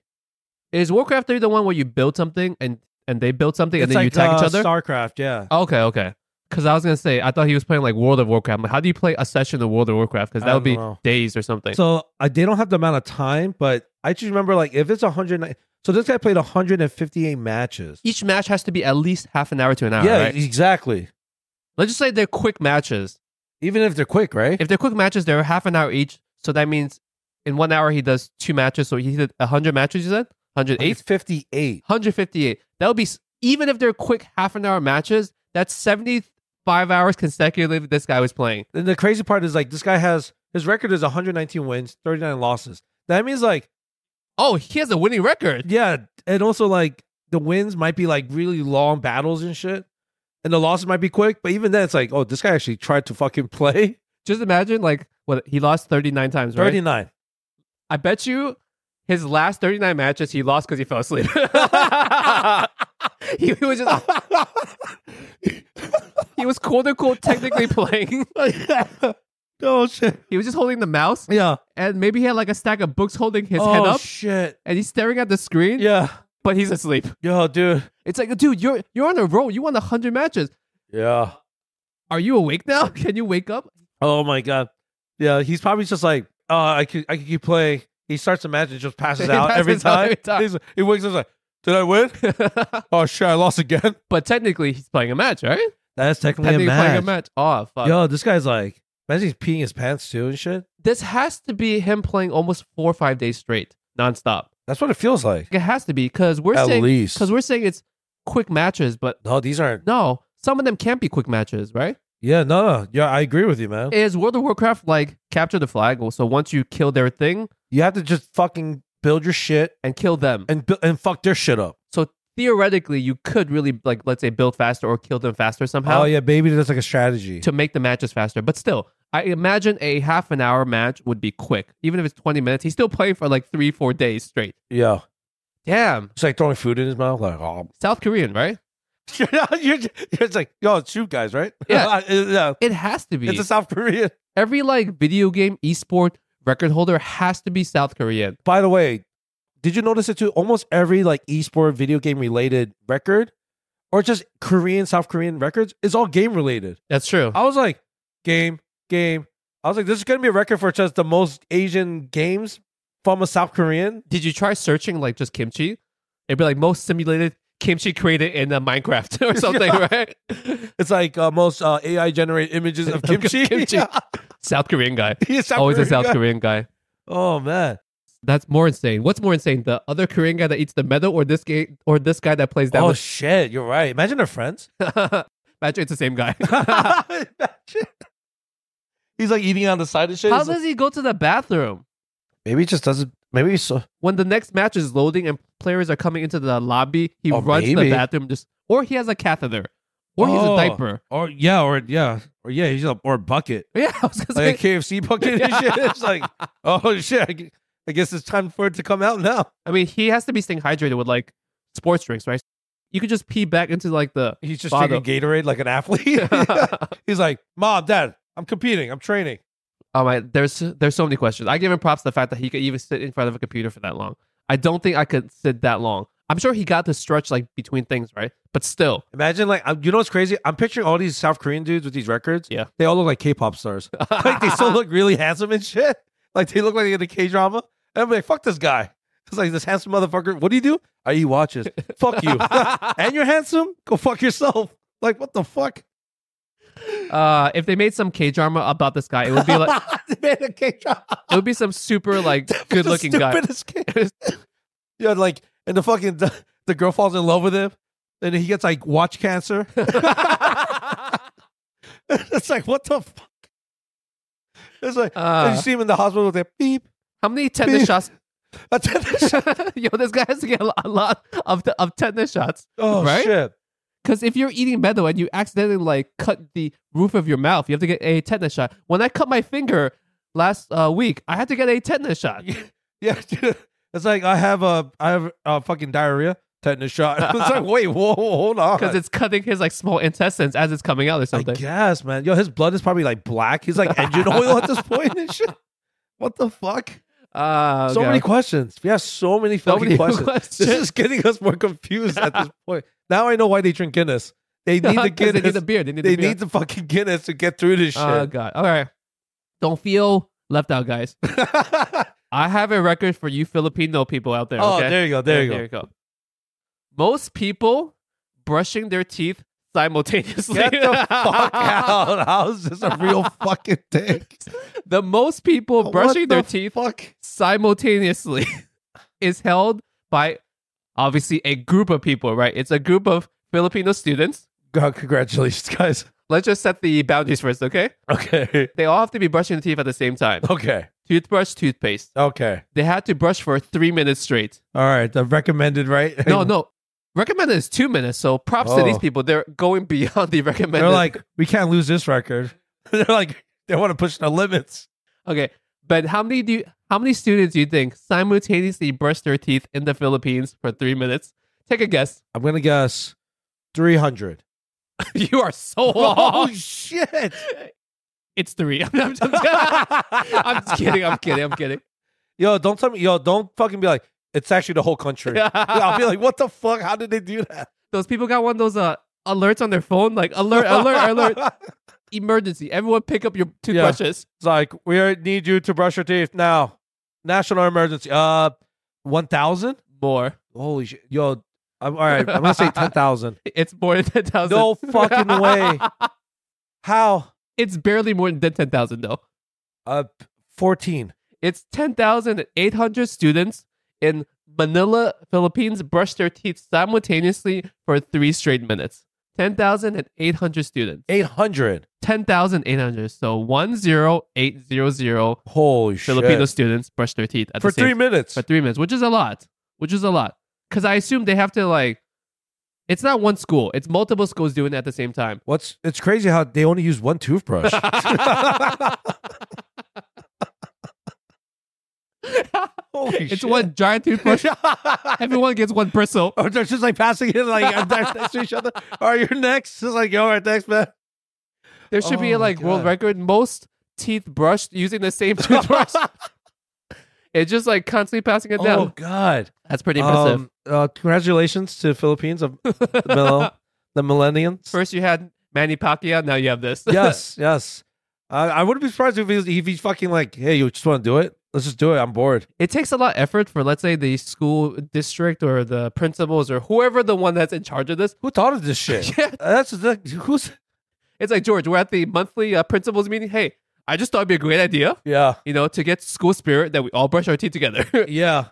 Is Warcraft 3 the one where you build something and, and they build something and
It's
then you
like,
attack
uh,
each other?
StarCraft, yeah.
okay, okay. Because I was going to say, I thought he was playing like World of Warcraft. Like, how do you play a session of World of Warcraft? Because
I
that would
don't
be
know.
days or something.
So I they don't have the amount of time, but I just remember like if it's 100 so this guy played 158 matches.
each match has to be at least half an hour to an hour,
yeah,
right?
exactly.
Let's just say they're quick matches.
Even if they're quick, right?
If they're quick matches, they're half an hour each. So that means in one hour he does two matches. So he did 100 matches, you said? 108?
58.
158. That would be, s- even if they're quick half an hour matches, that's 75 hours consecutively this guy was playing.
And the crazy part is like this guy has his record is 119 wins, 39 losses. That means like
Oh, he has a winning record.
yeah, and also like the wins might be like really long battles and shit. And the losses might be quick, but even then it's like, oh, this guy actually tried to fucking play.
Just imagine, like, what he lost 39 times, right?
39.
[laughs] I bet you his last 39 matches he lost because he fell asleep. [laughs] he, he was just. he was quote unquote technically playing.
oh shit.
He was just holding the mouse,
Yeah.
and maybe he had like a stack of books holding his
oh
head up,
shit.
and he's staring at the screen,
Yeah.
but he's asleep.
Yo, dude.
It's like, dude, you're you're on a roll. You won hundred matches.
Yeah.
Are you awake now? [laughs] Can you wake up?
Oh my god. Yeah, he's probably just like, uh, I could I could keep playing. He starts to match and just [laughs] passes
He
out every
passes out
time.
every time.
He's- he wakes up he's like, Did I win? oh shit, I lost again. [laughs]
but technically, he's playing a match, right?
That's technically,
Technically
a match.
playing a match. Oh fuck!
Yo, this guy's like imagine he's peeing his pants too and shit.
This has to be him playing almost four or five days straight, nonstop.
That's what it feels like.
It has to be because we're
At
saying
least.
because we're saying it's quick matches, but
No, these aren't
no, some of them can't be quick matches, right?
Yeah, no, no. Yeah, I agree with you, man.
Is World of Warcraft like capture the flag? So once you kill their thing
you have to just fucking build your shit
and kill them,
and bu- and fuck their shit up.
so theoretically you could really like let's say build faster or kill them faster somehow
Oh yeah, baby, that's like a strategy.
to make the matches faster. But still, I imagine a half an hour match would be quick, even if it's twenty minutes. He's still playing for like three four days straight.
yeah.
Damn,
It's like throwing food in his mouth, like oh
South Korean, right?
[laughs] you're, you're, you're it's like, yo, it's you guys, right? [laughs] Uh,
Yeah.
yeah.
It has to be
It's a South Korean.
every like video game esport record holder has to be South Korean.
By the way, did you notice it too? Almost every like esport video game related record or just Korean, South Korean records is all game related.
That's true.
I was like, game, game. I was like, this is going to be a record for just the most Asian games from a South Korean.
Did you try searching like just kimchi? It'd be like most simulated kimchi created in uh, Minecraft [laughs] or
[laughs]
something, right?
It's like uh, most uh, AI generated images [laughs] of kimchi.
Kimchi. South Korean guy.
He's South
Always a
Korean
South
guy.
Korean guy.
Oh, man.
That's more insane. What's more insane, the other Korean guy that eats the medal, or this guy, or this guy that plays that?
oh,
with-
shit. You're right. Imagine their friends.
[laughs] Imagine it's the
[laughs]
same guy.
He's like eating on the side of shit.
How
He's like-
does he go to the bathroom
maybe it just doesn't. Maybe he's so.
when the next match is loading and players are coming into the lobby? He
Oh,
runs to
maybe.
the bathroom just, or he has a catheter, or he's
Oh.
a diaper. [laughs]
Or yeah, or yeah, or yeah. He's a, or a bucket,
Yeah, I was gonna say,
like a KFC bucket and shit. It's
[laughs]
like, oh shit. I gu- I guess it's time for it to come out now.
I mean, he has to be staying hydrated with like sports drinks, right? You could just pee back into like the.
He's just
Bottle.
drinking Gatorade like an athlete.
[laughs]
[laughs] he's like, mom, dad, I'm competing, I'm training.
oh my, there's there's so many questions. I give him props to the fact that he could even sit in front of a computer for that long. I don't think I could sit that long. I'm sure he got to stretch like between things, right? But still,
Imagine like, I'm, you know what's crazy? I'm picturing all these South Korean dudes with these records.
Yeah.
they all look like K-pop stars.
[laughs]
like they still look really handsome and shit. Like they look like they in a K drama. And I'm like, fuck this guy. It's like this handsome motherfucker. What do you do? I eat
[laughs]
watches. fuck you. and you're handsome? Go fuck yourself. Like what the fuck?
uh, if they made some K drama about this guy, it would be like
[laughs] They made a K drama.
it would be some super like [laughs] good
[laughs]
looking [laughs] guy.
yeah, like and the fucking the, the girl falls in love with him, and he gets like watch cancer. [laughs] it's like what the fuck? It's like and
Uh,
you see him in the hospital with that beep. [laughs]
how Uh, many tennis shots? [laughs]
A tetanus shot.
Yo, this guy has to get a lo- a lot of, t- of tetanus shots.
Oh
Right?
shit!
Because if you're eating metal and you accidentally like cut the roof of your mouth, you have to get a tetanus shot. When I cut my finger last uh, week, I had to get a tetanus
[laughs]
shot.
Yeah, dude. it's like I have a I have a fucking diarrhea tetanus shot. [laughs] It's like wait, whoa, whoa, hold on.
Because it's cutting his like small intestines as it's coming out or
I
something.
guess, man. Yo, his blood is probably like black. He's like engine oil at this point and [laughs] shit. What the fuck?
Uh,
So
okay.
many questions. We have so many
[laughs] So
fucking
many [laughs]
questions. This is getting us more confused at this point. Now I know why they drink Guinness.
[laughs]
They need the
'Cause
Guinness.
They need the beer. They need
they
the beer.
need the fucking Guinness to get through this shit.
Oh god. All right. Don't feel left out,
[laughs]
guys. I have a record for you Filipino people out there.
oh,
okay?
there you go. There you
There
go.
you go. Most people brushing their teeth simultaneously.
Get
[laughs]
the fuck out. [laughs] How is this a real fucking thing?
The most people
What
brushing their
the
teeth
Fuck.
simultaneously [laughs] is held by obviously a group of people, right? It's a group of Filipino students.
God, congratulations, guys. [laughs]
Let's just set the boundaries first, okay?
Okay.
They all have to be brushing their teeth at the same
[laughs]
time.
Okay.
Toothbrush, toothpaste.
Okay.
They had to brush for three minutes straight.
All right. The recommended, right?
No, no. Recommended is two minutes. So props to these
Oh.
people. They're going [laughs] beyond the recommended.
[laughs] They're like, we can't lose this record. [laughs] They're like, they want to push the limits.
okay, but how many do you, how many students do you think simultaneously brush their teeth in the Philippines for three minutes? Take a guess.
I'm gonna guess [laughs] 300.
[laughs] you are so
Oh
off.
shit!
It's three. [laughs] I'm, I'm- I'm- [laughs] I'm just kidding. I'm kidding. I'm [laughs] kidding.
Yo, don't tell me. Yo, don't fucking be like. It's actually the whole country.
[laughs]
I'll be like, what the fuck? How did they do that?
those people got one of those uh, alerts on their phone, like alert, [laughs] alert, alert,
[laughs]
emergency. Everyone pick up your toothbrushes.
It's like we are- need you to brush your teeth now. National emergency. Uh, one thousand.
More.
Holy shit! Yo, I'm all right. I'm gonna
[laughs]
say ten thousand.
It's more than ten thousand.
No fucking
[laughs]
way. How?
It's barely more than 10,000 though.
Uh, fourteen.
It's 10,800 students in Manila, Philippines brush their teeth simultaneously for 3 straight minutes. 10,800 students.
Eight hundred.
10,800. So 10800
Holy
Filipino
shit!
students brush their teeth at
For
the same
three minutes.
for 3 minutes, which is a lot. Which is a lot. Cuz I assume they have to like it's not one school. It's multiple schools doing it at the same time.
What's? It's crazy how they only use one
[laughs]
toothbrush. [laughs] Holy [laughs]
it's one giant toothbrush. Everyone gets one bristle.
Or Oh, they're just like passing it like [laughs] uh, they're next to each other. All right, you're next. It's like, all right, thanks, man.
There should be
Oh
a
my
like world
God.
record most teeth brushed using
[laughs]
the same toothbrush. it's just like constantly passing it
Oh
down.
God!
That's pretty impressive.
Um, uh, congratulations to Philippines of the,
[laughs]
mill- the millenniums.
First you had Manny Pacquiao, now you have this. [laughs]
yes, yes. I I wouldn't be surprised if he's if he's fucking like, hey, you just want to do it? Let's just do it. I'm bored.
it takes a lot of effort for let's say the school district or the principals or whoever the one that's in charge of this.
Who thought of this shit?
[laughs] Yeah.
That's that, who's.
It's like George, we're at the monthly uh, principals meeting. Hey, I just thought it'd be a great idea,
Yeah.
you know, to get school spirit that we all brush our teeth together. [laughs]
yeah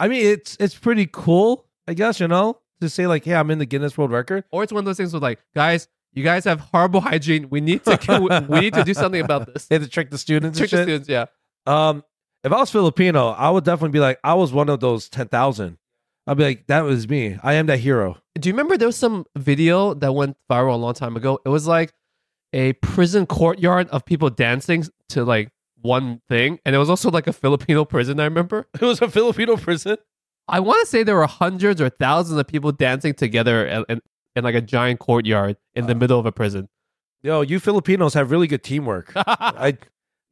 i mean it's it's pretty cool i guess you know to say like hey i'm in the guinness world record
or it's one of those things with like, guys, you guys have horrible hygiene. We need to we need to do something about this.
they had to trick the students
Trick
and
the
shit.
students, yeah.
um if i was filipino i would definitely be like i was one of those 10000 i'd be like that was me i am that hero
Do you remember there was some video that went viral a long time ago? It was like a prison courtyard of people dancing to like one thing, and it was also like a Filipino prison. I remember.
it was a filipino prison
I want to say there were hundreds or thousands of people dancing together in, in, in like a giant courtyard in
Uh.
the middle of a
[laughs]
prison. [laughs]
yo you filipinos have really good teamwork i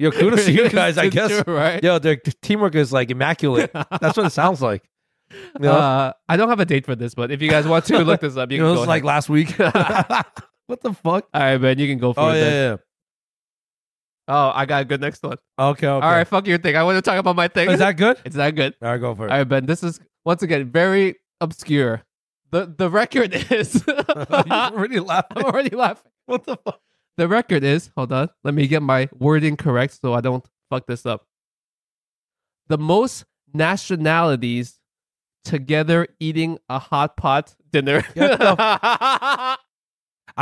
yo kudos to you guys i guess
True, right?
yo their teamwork is like immaculate that's what it sounds like you know?
Uh, I don't have a date for this, but if you guys want to look
[laughs]
this up, you
it
can go.
was
ahead.
like last week [laughs] what the fuck
All right, man, you can go for
oh
it.
yeah,
then.
yeah,
Oh, I got a good next one.
yeah. okay, okay
All right, fuck your thing. I want to talk about my thing. [laughs]
is that good
it's not good.
all right go for it
All right, Ben. This is once again very obscure. the The record
[laughs]
is. [laughs] I'm
already
[laughs]
laughing.
already laughing.
What the fuck?
The record is. Hold on. Let me get my wording correct so I don't fuck this up. The most nationalities together eating a hot pot dinner.
[laughs] Get
[laughs]
I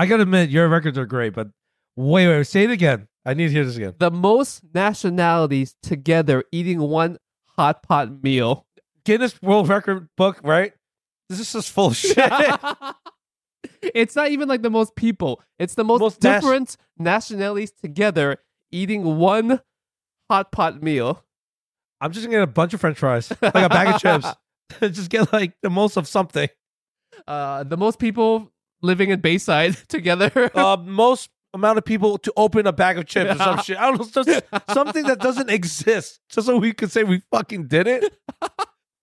gotta admit, your records are great, but wait, wait, say it again. I need to hear this again.
the most nationalities together eating one hot
[laughs]
pot meal.
Guinness World Record book, right?
This is just full of
[laughs]
shit.
it's not even like the most people. It's the most,
Most nas-
different nationalities together eating one hot pot meal.
I'm just gonna get a bunch of French fries, like a bag of [laughs] chips. just get like the most of something.
Uh, the most people living in Bayside [laughs] together.
Uh, most amount of people to open a bag of chips or some shit. I don't know, it's [laughs] just something that doesn't exist, just so we could say we fucking did [laughs] it.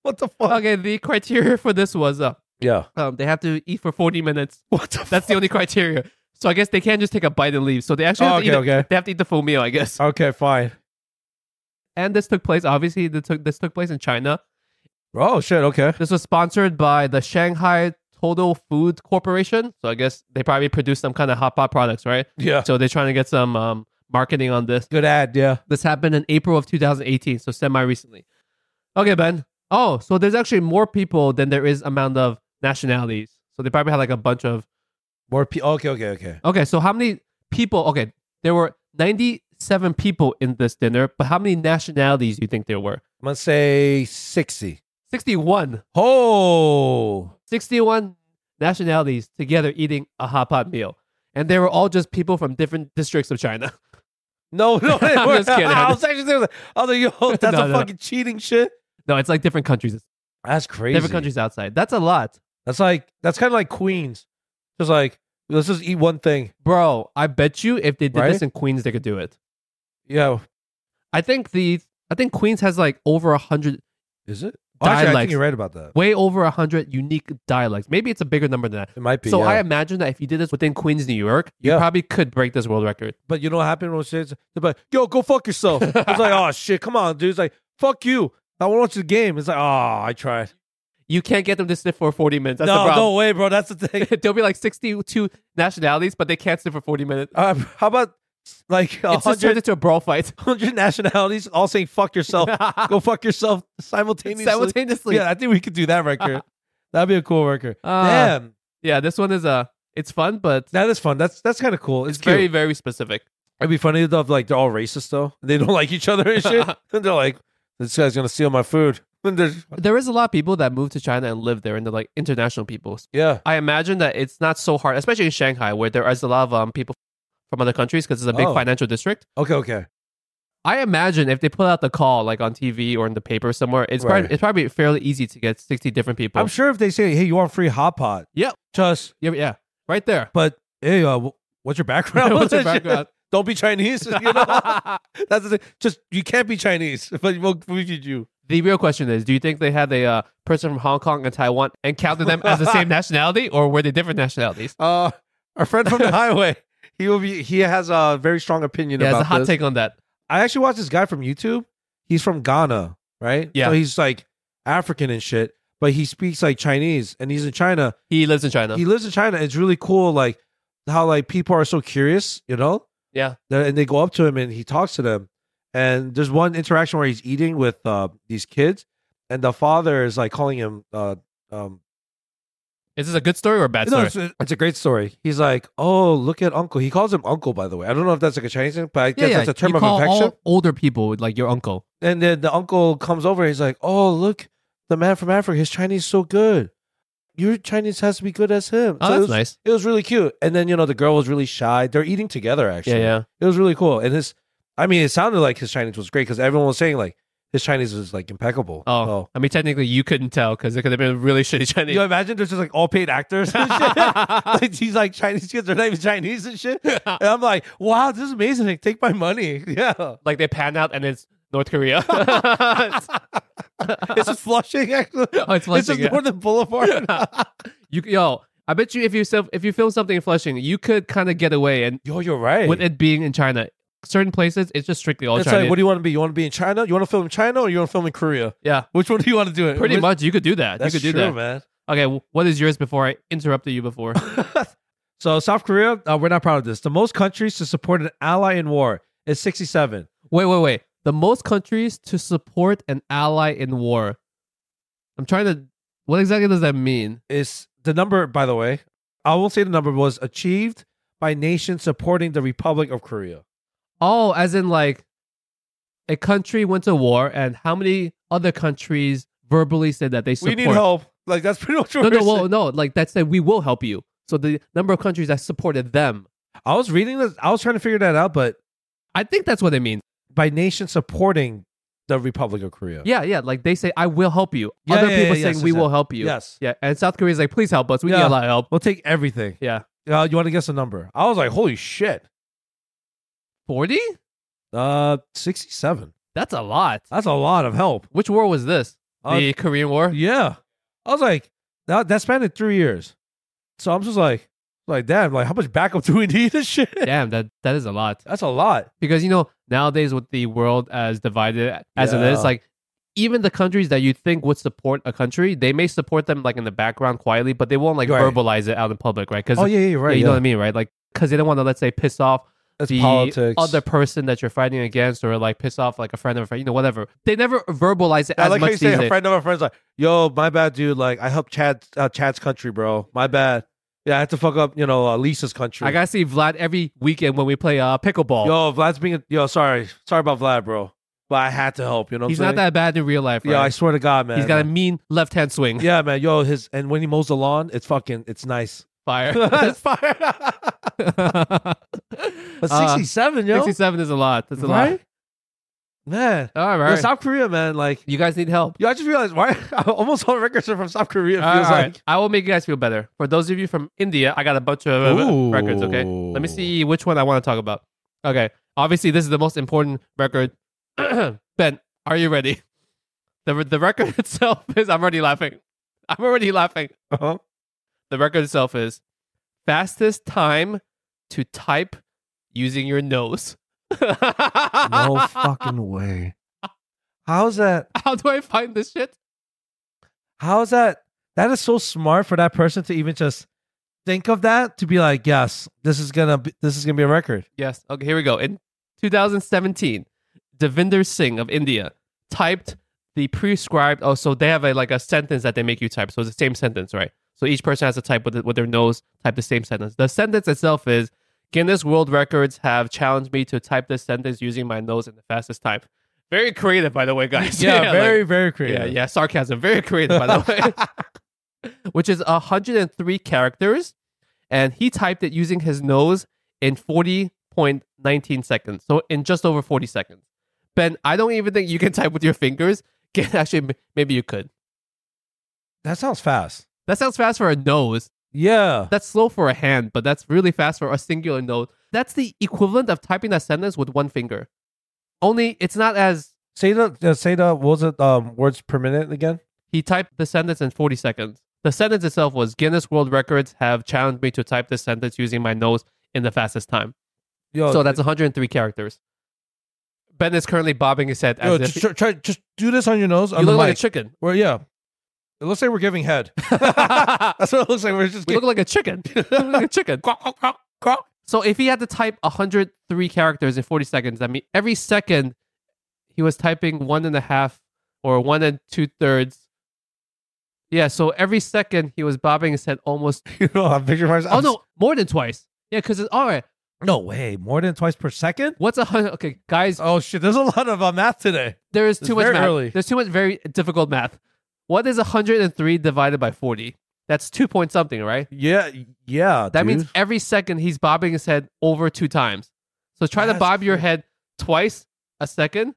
What the fuck?
okay, the criteria for this was uh,
Yeah.
um, they have to eat for 40 minutes.
What the?
That's
[laughs]
the only criteria. So I guess they can't just take a bite and leave. So they actually have,
Oh,
to, eat
okay, Oh.
it-
okay.
They have to eat the full meal, I guess.
Okay, fine.
And this took place, obviously, this took, this took place in China.
Oh shit. Okay.
This was sponsored by the Shanghai Total Food Corporation. So I guess they probably produce some kind of hot pot products, right?
Yeah.
So they're trying to get some um, marketing on this.
Good ad. Yeah.
This happened in April of 2018, so semi recently. Okay, Ben. Oh, so there's actually more people than there is amount of nationalities. So they probably had like a bunch of.
More. Pe- okay. Okay. Okay.
Okay, so how many people? Okay, there were 97 people in this dinner, but how many nationalities do you think there were?
I'm gonna say sixty.
61.
Oh.
61 nationalities together eating a hot pot meal. And they were all just people from different districts of China. [laughs]
No, no, they
I'm
weren't.
just kidding.
I was actually thinking, I was like, yo, that's
[laughs] No,
a
no.
fucking cheating shit.
No, it's like different countries. It's
That's crazy.
Different countries outside. That's a lot.
That's like that's kind of like Queens. Just like let's just eat one thing.
Bro, I bet you if they did
Right?
this in Queens, they could do it.
Yeah.
I think the I think Queens has like over a hundred
Is it? Oh, actually, I think
Dialects.
you're right about that.
way over a hundred unique dialects. Maybe it's a bigger number than that.
It might be.
So
yeah.
I imagine that if you did this within Queens, New York, you
Yeah.
probably could break this world record.
But you know what happened when shit's they're like, yo, go fuck
[laughs]
yourself. It's like, oh shit, come on, dude. It's like, fuck you. I want to watch the game. It's like, oh, I tried.
You can't get them to sit for forty minutes. That's
no,
the problem. [laughs]
no way, bro. That's the thing.
There'll be like sixty-two nationalities, but they can't sit for forty minutes.
Uh, how about like a
It's just turned
hundred
into a brawl
[laughs]
fight. [laughs]
hundred nationalities all saying fuck yourself, [laughs] go fuck yourself simultaneously?
simultaneously.
Yeah, I think we could do that [laughs] record. That'd be a cool record.
Uh,
Damn,
yeah, this one is uh, it's fun, but
that is fun. That's that's kind of cool. It's,
it's
cute.
very very specific.
It'd be funny though if like they're all racist though. [laughs] They don't like each other and [laughs] shit. and they're like, this guy's gonna steal my food. [laughs] And there's
There is a lot of people that move to China and live there, and they're like international people.
yeah,
I imagine that it's not so hard, especially in Shanghai, where there is a lot of um, people from other countries because it's a big
Oh.
financial district.
okay, okay.
I imagine if they put out the call like on TV or in the paper somewhere, it's
Right.
probably it's probably fairly easy to get sixty different people.
I'm sure if they say, hey, you want free hot pot?
Yep.
Just,
yeah, yeah, right there.
[laughs] but hey, uh, wh- [laughs] what's your
[laughs]
background?
What's your background?
don't be Chinese. [laughs] You know? That's the thing. Just you can't be Chinese, [laughs] but we'll we should you.
[laughs] The real question is: Do you think they had a uh, person from Hong Kong and Taiwan and counted them
[laughs]
as the same nationality, or were they different nationalities?
Uh, our friend from the
[laughs]
highway, he will be. He has a very strong opinion
Yeah,
about
it's a hot
this.
take on that.
I actually watched this guy from YouTube. He's from Ghana, right?
Yeah.
So he's like African and shit, but he speaks like Chinese and he's in China.
He lives in China.
He lives in China. It's really cool, like how like people are so curious, you know?
Yeah.
They're- and they go up to him and he talks to them. And there's one interaction where he's eating with uh, these kids, and the father is like calling him. Uh, um,
is this a good story or a bad
no,
story?
it's, a, it's a great story. He's like, "Oh, look at uncle." He calls him uncle, by the way. I don't know if that's like a Chinese thing, but I guess that's a term
you
of
call
affection.
all older people like your uncle.
And then the uncle comes over. He's like, "Oh, look, the man from Africa. His Chinese is so good. Your Chinese has to be good as him."
Oh,
So it
that's
was-
nice.
It was really cute. And then you know the girl was really shy. They're eating together actually.
Yeah, yeah.
It was really cool. And his, I mean, it sounded like his Chinese was great because everyone was saying like his Chinese was like impeccable.
Oh, I mean, technically, you couldn't tell because it could have been really [laughs] shitty
you
Chinese.
know, imagine there's just like all paid actors. And
[laughs]
shit. like these like Chinese kids are not even Chinese and shit. And I'm like, wow, this is amazing. Like, take my money. [laughs] Yeah.
like they pan out and it's
[laughs]
North Korea. [laughs]
It's just Flushing, actually.
Oh, [laughs] it's
It's
Flushing,
just
yeah.
Northern
[laughs]
Boulevard.
you, yo, I bet you if you self, if you film something in Flushing, you could kind of get away and
Yo, you're right.
with it being in China. Certain places, it's just strictly all
it's
Chinese.
like, what do you want to be? You want to be in China? You want to film in China or you want to film in Korea?
yeah,
Which one do you want to do it?
pretty
Which-
much. You could do that.
That's
you could do
true,
that.
man.
Okay, w- what is yours before I interrupted
[laughs]
you before?
So South Korea, uh, we're not proud of this. The most countries to support an ally in war is 67.
wait, wait, wait. The most countries to support an ally in war. I'm trying to. What exactly does that mean?
Is the number, by the way, I will say the number was achieved by nations supporting the Republic of Korea.
Oh, as in like a country went to war, and how many other countries verbally said that they
we
support.
need help. Like that's pretty much what
[laughs] No,
we're
no, well,
saying.
no. Like that said, we will help you. So the number of countries that supported them,
I was reading this. I was trying to figure that out, but
I think that's what they mean.
by nation supporting the Republic of Korea.
Yeah, yeah. Like they say, "I will help you."
Yeah,
other
yeah,
people
yeah,
saying,
yes,
"We
yes,
will
yes.
help you."
Yes.
yeah. And South Korea's like, "Please help us. We need
Yeah.
a lot of help."
We'll take everything.
Yeah,
Uh, you want to guess a number? I was like, holy shit.
forty.
Uh, 67.
That's a lot.
That's a lot of help.
Which war was this?
Uh,
the Korean War.
yeah. I was like, that, that spanned in three years. So I'm just like, like, damn, like, how much backup [laughs] do we need and shit?
Damn, that that is a lot.
That's a lot.
Because you know nowadays with the world as divided as it
Yeah.
is, like even the countries that you think would support a country, they may support them like in the background quietly, but they won't like
Right.
verbalize it out in public, right? Because
Oh, yeah, yeah, you're right.
you
Yeah,
know what I mean, right? Like because they don't want to let's say piss off
That's
the
politics.
other person that you're fighting against, or like piss off like a friend of a friend, you know, whatever. They never verbalize it
I
as
like how
much
you say
these
a
days.
friend of a friend's like, yo, my bad, dude. Like, I helped Chad, uh, Chad's country, bro. My bad. Yeah, I had to fuck up, you know, uh, Lisa's country.
I gotta see Vlad every weekend when we play uh, pickleball.
Yo, Vlad's being a, yo. Sorry, sorry about Vlad, bro. But I had to help. You know, what
He's
I'm
not
saying?
that bad in real life, right?
Yeah, I swear to God, man.
He's got a mean left hand swing.
[laughs] yeah, man. Yo, his and when he mows the lawn, it's fucking, it's
[laughs]
nice. [laughs]
Fire.
it's fire. but
Uh,
sixty-seven, yo,
67 is a lot. That's a
right?
lot.
Man,
All
Yo,
right.
South Korea, man. Like,
you guys need help.
yo, I just realized why [laughs] almost all records are from South Korea. It
All
feels
right.
like
I will make you guys feel better. For those of you from India, I got a bunch of uh,
Ooh.
records, okay? Let me see which one I want to talk about. Okay. Obviously, this is the most important record. [clears throat] ben, are you ready? The, the record [laughs] itself is I'm already laughing. I'm already laughing.
[laughs]
[laughs]
Uh-huh.
The record itself is fastest time to type using your nose. [laughs]
no fucking way. How's that?
How do I find this shit?
How's that? That is so smart for that person to even just think of that to be like, yes, this is gonna be, this is gonna be a
[laughs]
record.
Yes. Okay, here we go. In 2017, Devinder Singh of India typed the prescribed. Oh, so they have a like a sentence that they make you type. So it's the same sentence, right? So each person has to type with, with their nose, type the same sentence. The sentence itself is Guinness World Records have challenged me to type this sentence using my nose in the fastest time. Very creative, by the way, guys. [laughs] like-
very
Yeah, yeah, sarcasm. Very creative, by the way. [laughs] Which is 103 characters. And he typed it using his nose in 40.19 seconds. So in just over 40 seconds. Ben, I don't even think you can type with your fingers. [laughs] Actually, m- maybe you could.
That sounds fast.
That sounds fast for a nose.
Yeah.
That's slow for a hand, but that's really fast for a singular nose. That's the equivalent of typing that sentence with one finger. Only it's not as
Say the uh, say the what was it um words per minute again?
He typed the sentence in 40 seconds. The sentence itself was Guinness World Records have challenged me to type this sentence using my nose in the fastest time.
Yo,
so that's 103 characters. Ben is currently bobbing his head
yo,
as
just
if
try, try- just do this on your nose
you
on the
look
mic.
like
[laughs]
a chicken. [laughs]
We're- yeah. It looks like we're giving head. [laughs] that's what it looks like. We're just
We look like a chicken. [laughs] We look like a chicken. So if he had to type 103 characters in 40 seconds, I mean, every second he was typing one and a half or one and two thirds. Yeah, so every second he was bobbing his head almost
[laughs] you know, I'm picturing myself.
Oh no, [laughs] more than twice. Yeah, because it's all right.
no way! More than twice per second.
What's a hundred? Okay, guys,
Oh shit! There's a [laughs] lot of uh, math today.
there is
it's
too much
very
math.
early.
There's too much very difficult math. What is 103 divided by 40? That's two point something, right?
Yeah, yeah.
That
dude.
means [laughs] every second he's bobbing his head over two times. So try to
That's
bob your
cra-
head twice a second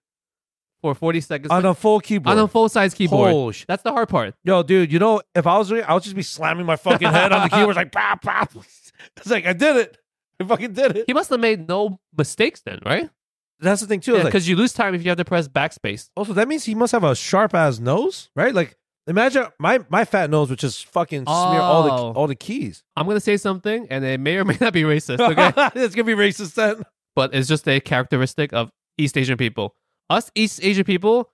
for 40 seconds
on a full keyboard.
on a full size keyboard.
Holy shit.
That's the hard part.
Yo, dude, you know, if I was doing, it, I would just be slamming my fucking head on the keyboard, like pop, pop. [laughs] It's like I did it. I fucking did
[laughs]
it.
He must have made no mistakes then, right?
That's the thing too.
Because
like,
you lose time if you have to press backspace.
also, that means he must have a sharp ass nose, right? Like, imagine my my fat nose, which is fucking smear all
Oh.
the all the keys.
I'm going to say something, and it may or may not be
[laughs]
racist, okay?
it's gonna be racist then.
but it's just a characteristic of East Asian people. Us East Asian people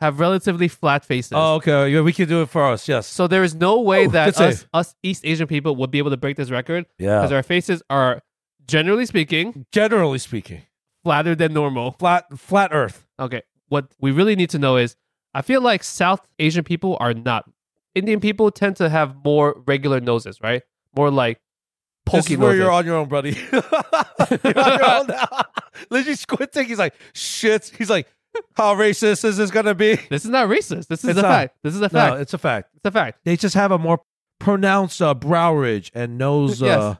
have relatively flat faces.
Oh, okay. Yeah, we can do it for us. Yes.
So there is no way
Ooh, good
that
save.
us, us East Asian people would be able to break this record
yeah.
because our faces are, generally speaking,
Generally speaking,
flatter than normal.
flat flat Earth.
Okay, what we really need to know is I feel like South Asian people are not. Indian people tend to have more regular noses, right? More like
This
pokey
is where
noses.
you're on your own, buddy. you're on your own now. Literally squinting. He's like, shit. He's like,
How racist is this gonna be?
This is not racist. This is
It's
a
not.
fact. This is a
No,
fact.
it's a fact.
it's a fact.
They just have a more pronounced uh, brow ridge and nose.
Yes.
Uh,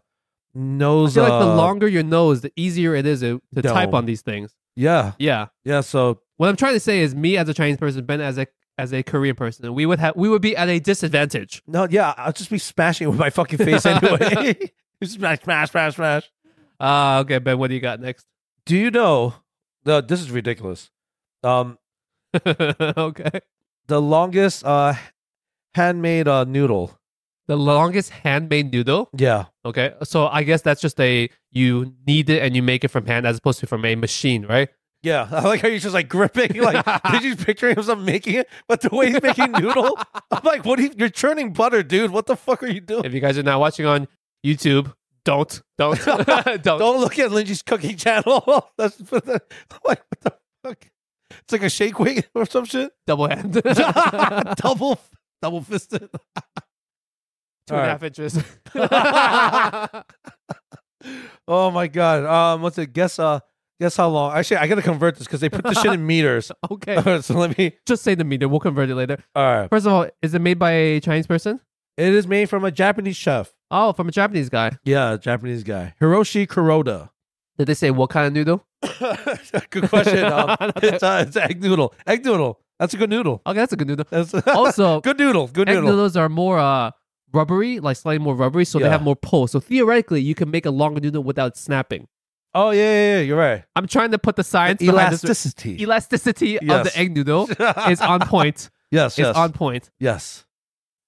I
nose.
feel like the
uh,
longer your nose, the easier it is to, to
No.
type on these things.
Yeah,
Yeah.
yeah. So
What I'm trying to say is, me as a Chinese person, Ben as a as a Korean person, we would have we would be at a disadvantage.
no, yeah. I'll just be smashing it with my fucking face anyway. [laughs] smash, smash, smash, smash.
Ah, okay, Ben. What do you got next? [laughs]
Do you know? No, this is ridiculous. Um,
okay.
the longest uh, handmade uh, noodle.
The longest handmade noodle.
Yeah,
Okay, so I guess that's just a you knead it and you make it from hand as opposed to from a machine, right?
yeah. [laughs] I like how you're just like gripping. [laughs] Like, did you picture him making it? But the way he's making noodle, I'm like, what? Are you, you're churning butter, dude. What the fuck are you doing?
If you guys are not watching on YouTube, don't, don't, [laughs]
[laughs]
don't.
Don't look at Lindsay's cooking channel. [laughs] That's what the, like what the fuck. It's like a shake weight [laughs] or some shit.
double hand. [laughs] Two and a
[laughs] double, double
[laughs]
fisted. All right. [laughs]
half inches.
Oh my god. Um, what's it? Guess uh, guess how long? Actually, I gotta convert this because they put the shit in meters.
[laughs]
[laughs]
okay,
so let me.
just say the meter. We'll convert it later.
All right.
First of all, is it made by a Chinese person?
It is made from a Japanese chef.
Oh, from a Japanese guy.
Yeah, a Japanese guy, Hiroshi Kuroda.
Did they say what kind of noodle?
[laughs] good question.
[laughs]
Um, it's, uh, it's egg noodle. Egg noodle. That's a good noodle.
Okay, that's a good
[laughs]
noodle.
That's
Also,
good noodle. Good
egg
noodle.
noodles are more uh, rubbery, like slightly more rubbery, so they
Yeah.
have more pull. So theoretically, you can make a longer noodle without snapping.
Oh yeah, yeah, yeah. You're right.
I'm trying to put the science behind this.
Elasticity.
elasticity of
Yes.
the egg
[laughs]
noodle is on point.
yes, yes,
Is on point.
yes.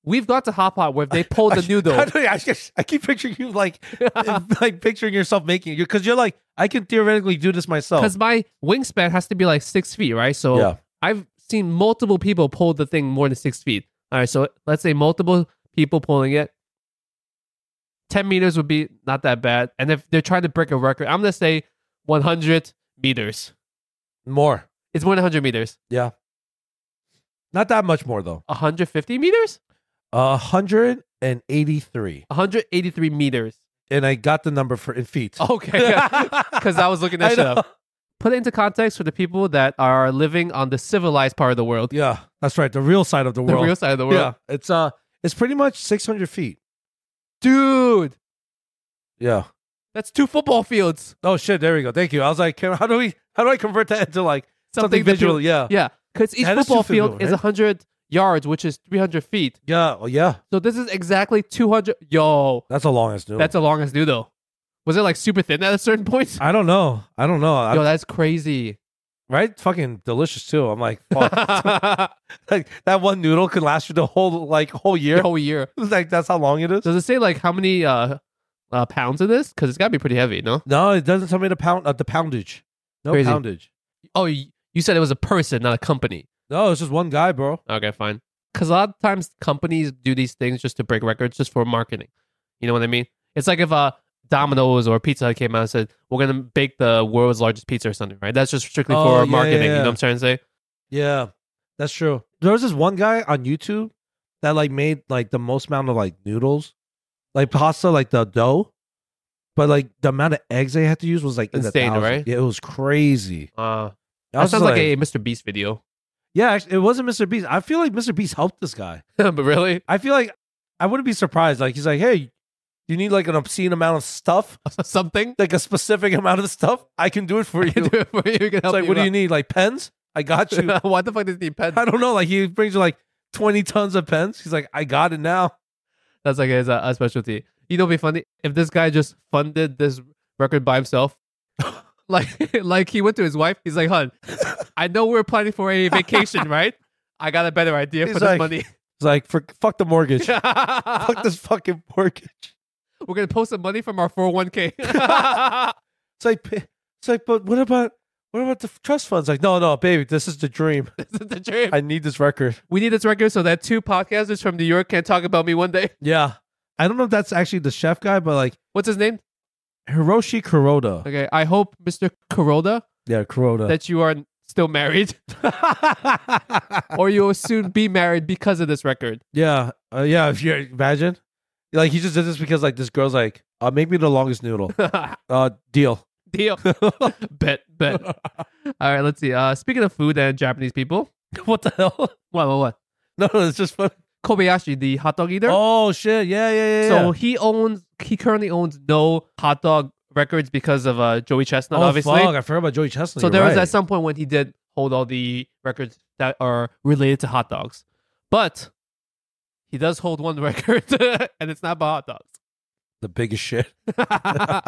We've got to hot pot where if they
[laughs]
pull the
I,
noodle.
don't- I just- I keep picturing you
[laughs]
like, [laughs] like picturing yourself making it because you're like, I can theoretically do this myself.
Because my wingspan has to be like six feet, right? So
Yeah.
I've seen multiple people pull the thing more than six feet. All right, so let's say multiple people pulling it. 10 meters would be not that bad. And if they're trying to break a record, I'm going to say 100 meters.
More,
It's more than 100 meters.
not that much more though.
150 meters?
A hundred and eighty-three, [laughs]
183 meters.
and I got the number for in feet.
[laughs] Okay.
[laughs]
Because Oh, I was looking that
I
shit
know.
up. put it into context for the people that are living on the civilized part of the world,
Yeah, that's right. The real side of the
the
world.
real side of the world.
Yeah, it's uh, it's pretty much six hundred feet.
Dude,
Yeah.
that's two football fields.
Oh shit! There we go. Thank you. I was like, can, how do we, how do I convert that into like something,
[laughs] Something that
visual? Yeah.
Yeah, because each
That is
football
two football,
field is
right?
100 yards, which is 300 feet.
Yeah. Oh yeah.
So this is exactly 200. Yo,
That's the longest noodle.
that's the longest noodle. Was it like super thin at a certain point?
I don't know. I don't know. I-
Yo, that's crazy.
right? Fucking delicious too. I'm like, fuck.
[laughs]
Oh.
the
like that one noodle could last you the whole like whole year. [laughs]
whole year.
Like that's how long it is.
Does it say like how many uh, uh pounds of this? Because it's got to be pretty heavy, no?
No, it doesn't tell me the pound uh, the poundage. No
Crazy.
poundage.
Oh, y- you said it was a person, not a company.
No, it's just one guy, bro.
Okay, fine. Because a lot of times companies do these things just to break records, just for marketing. You know what I mean? It's like if uh, Domino's or Pizza Hut came out and said, "We're gonna bake the world's largest pizza" or something, right? That's just strictly
Oh, yeah,
for
yeah,
marketing. You
yeah.
know what I'm trying to say?
Yeah, that's true. There was this one guy on YouTube that like made like the most amount of like noodles, like pasta, like the dough, but like the amount of eggs they had to use was like in the
Insane,
thousands.
right?
Yeah, it was crazy.
Uh,
I
that
was just
sounds like, a Mr. Beast video, [laughs]
yeah. Actually, it wasn't Mr. Beast. I feel like Mr. Beast helped this guy.
but really, [laughs]
I feel like I wouldn't be surprised. Like he's like, hey, do you need like an obscene amount of stuff,
something.
like a specific [laughs] amount of stuff? I can do it for you.
[laughs] Do it for you. We can
It's
help
like,
you
what do
out.
you need? Like pens? I got you.
[laughs] Why the fuck does he need pen?
[laughs] I don't know. Like he brings you like twenty tons of pens. He's like, I got it now.
That's like his uh, a specialty. You know, what'd be funny if this guy just funded this record
[laughs]
by himself. like, [laughs] like he went to his wife. He's like, "Hun, I know we're planning for
[laughs]
a vacation, right? I got a better idea
He's
for
like-
this money.
It's like, for, fuck the mortgage. [laughs]
[laughs]
fuck
we're
this fucking mortgage.
gonna post some money from our four hundred
[laughs]
one k. [laughs] It's
It's like, pa- it's like, but what about, what about the f- trust funds? Like, no, no, baby, this is the dream.
the dream.
I need this record.
we need this record so that two podcasters from New York can talk about me one day.
Yeah, I don't know if that's actually the chef guy, but like
What's his name?
Hiroshi Kuroda.
Okay, I hope Mr. Kuroda
yeah, Kuroda.
that you are still married,
[laughs]
or you will soon be married because of this record. [laughs]
yeah, uh, yeah. If you imagine, like, he just did this because like this girl's like, uh, make me the longest noodle. Uh, deal. [laughs]
[laughs] deal. bet, bet. All right, let's see. Uh, speaking of food and Japanese people, [laughs]
what the hell?
what, what, what?
No, no, it's just funny.
Kobayashi, the hot dog eater.
Oh shit! Yeah, yeah, yeah.
So
yeah.
he owns, he currently owns no hot dog records because of uh, Joey Chestnut,
oh,
obviously.
fuck, I forgot about Joey Chestnut.
So
You're
there was
right.
at some point when he did hold all the records that are related to hot dogs, but he does hold one [laughs] record, and it's not about hot dogs.
the biggest shit.
[laughs]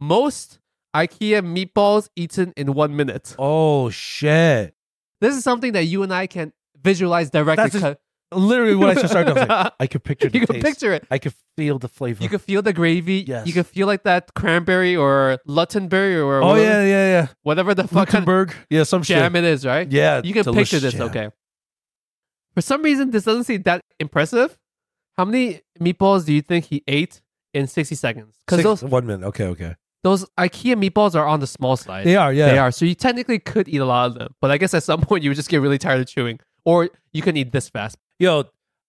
Most IKEA meatballs eaten in one minute.
[laughs] Oh shit!
This is something that you and I can visualize directly.
That's just-
'cause-
Literally, when I just started, I
[laughs]
was like, [laughs] I could picture the
you can
taste.
picture it.
I could feel the flavor.
You can feel the gravy.
Yes.
You can feel like that cranberry or Luttonberry or
oh
whatever,
yeah, yeah,
whatever the
yeah.
fuck kind of
Luckenberg. Yeah, some shit.
jam it is, right?
Yeah,
You can
delicious
picture this,
jam.
okay. For some reason, this doesn't seem that impressive. How many meatballs do you think he ate in 60 seconds? Because
Six-
those,
one minute. Okay, okay.
those IKEA meatballs are on the small side.
They are. Yeah.
They are. So you technically could eat a lot of them. But I guess at some [laughs] point, you would just get really tired of chewing. Or you can eat this fast.
Yo,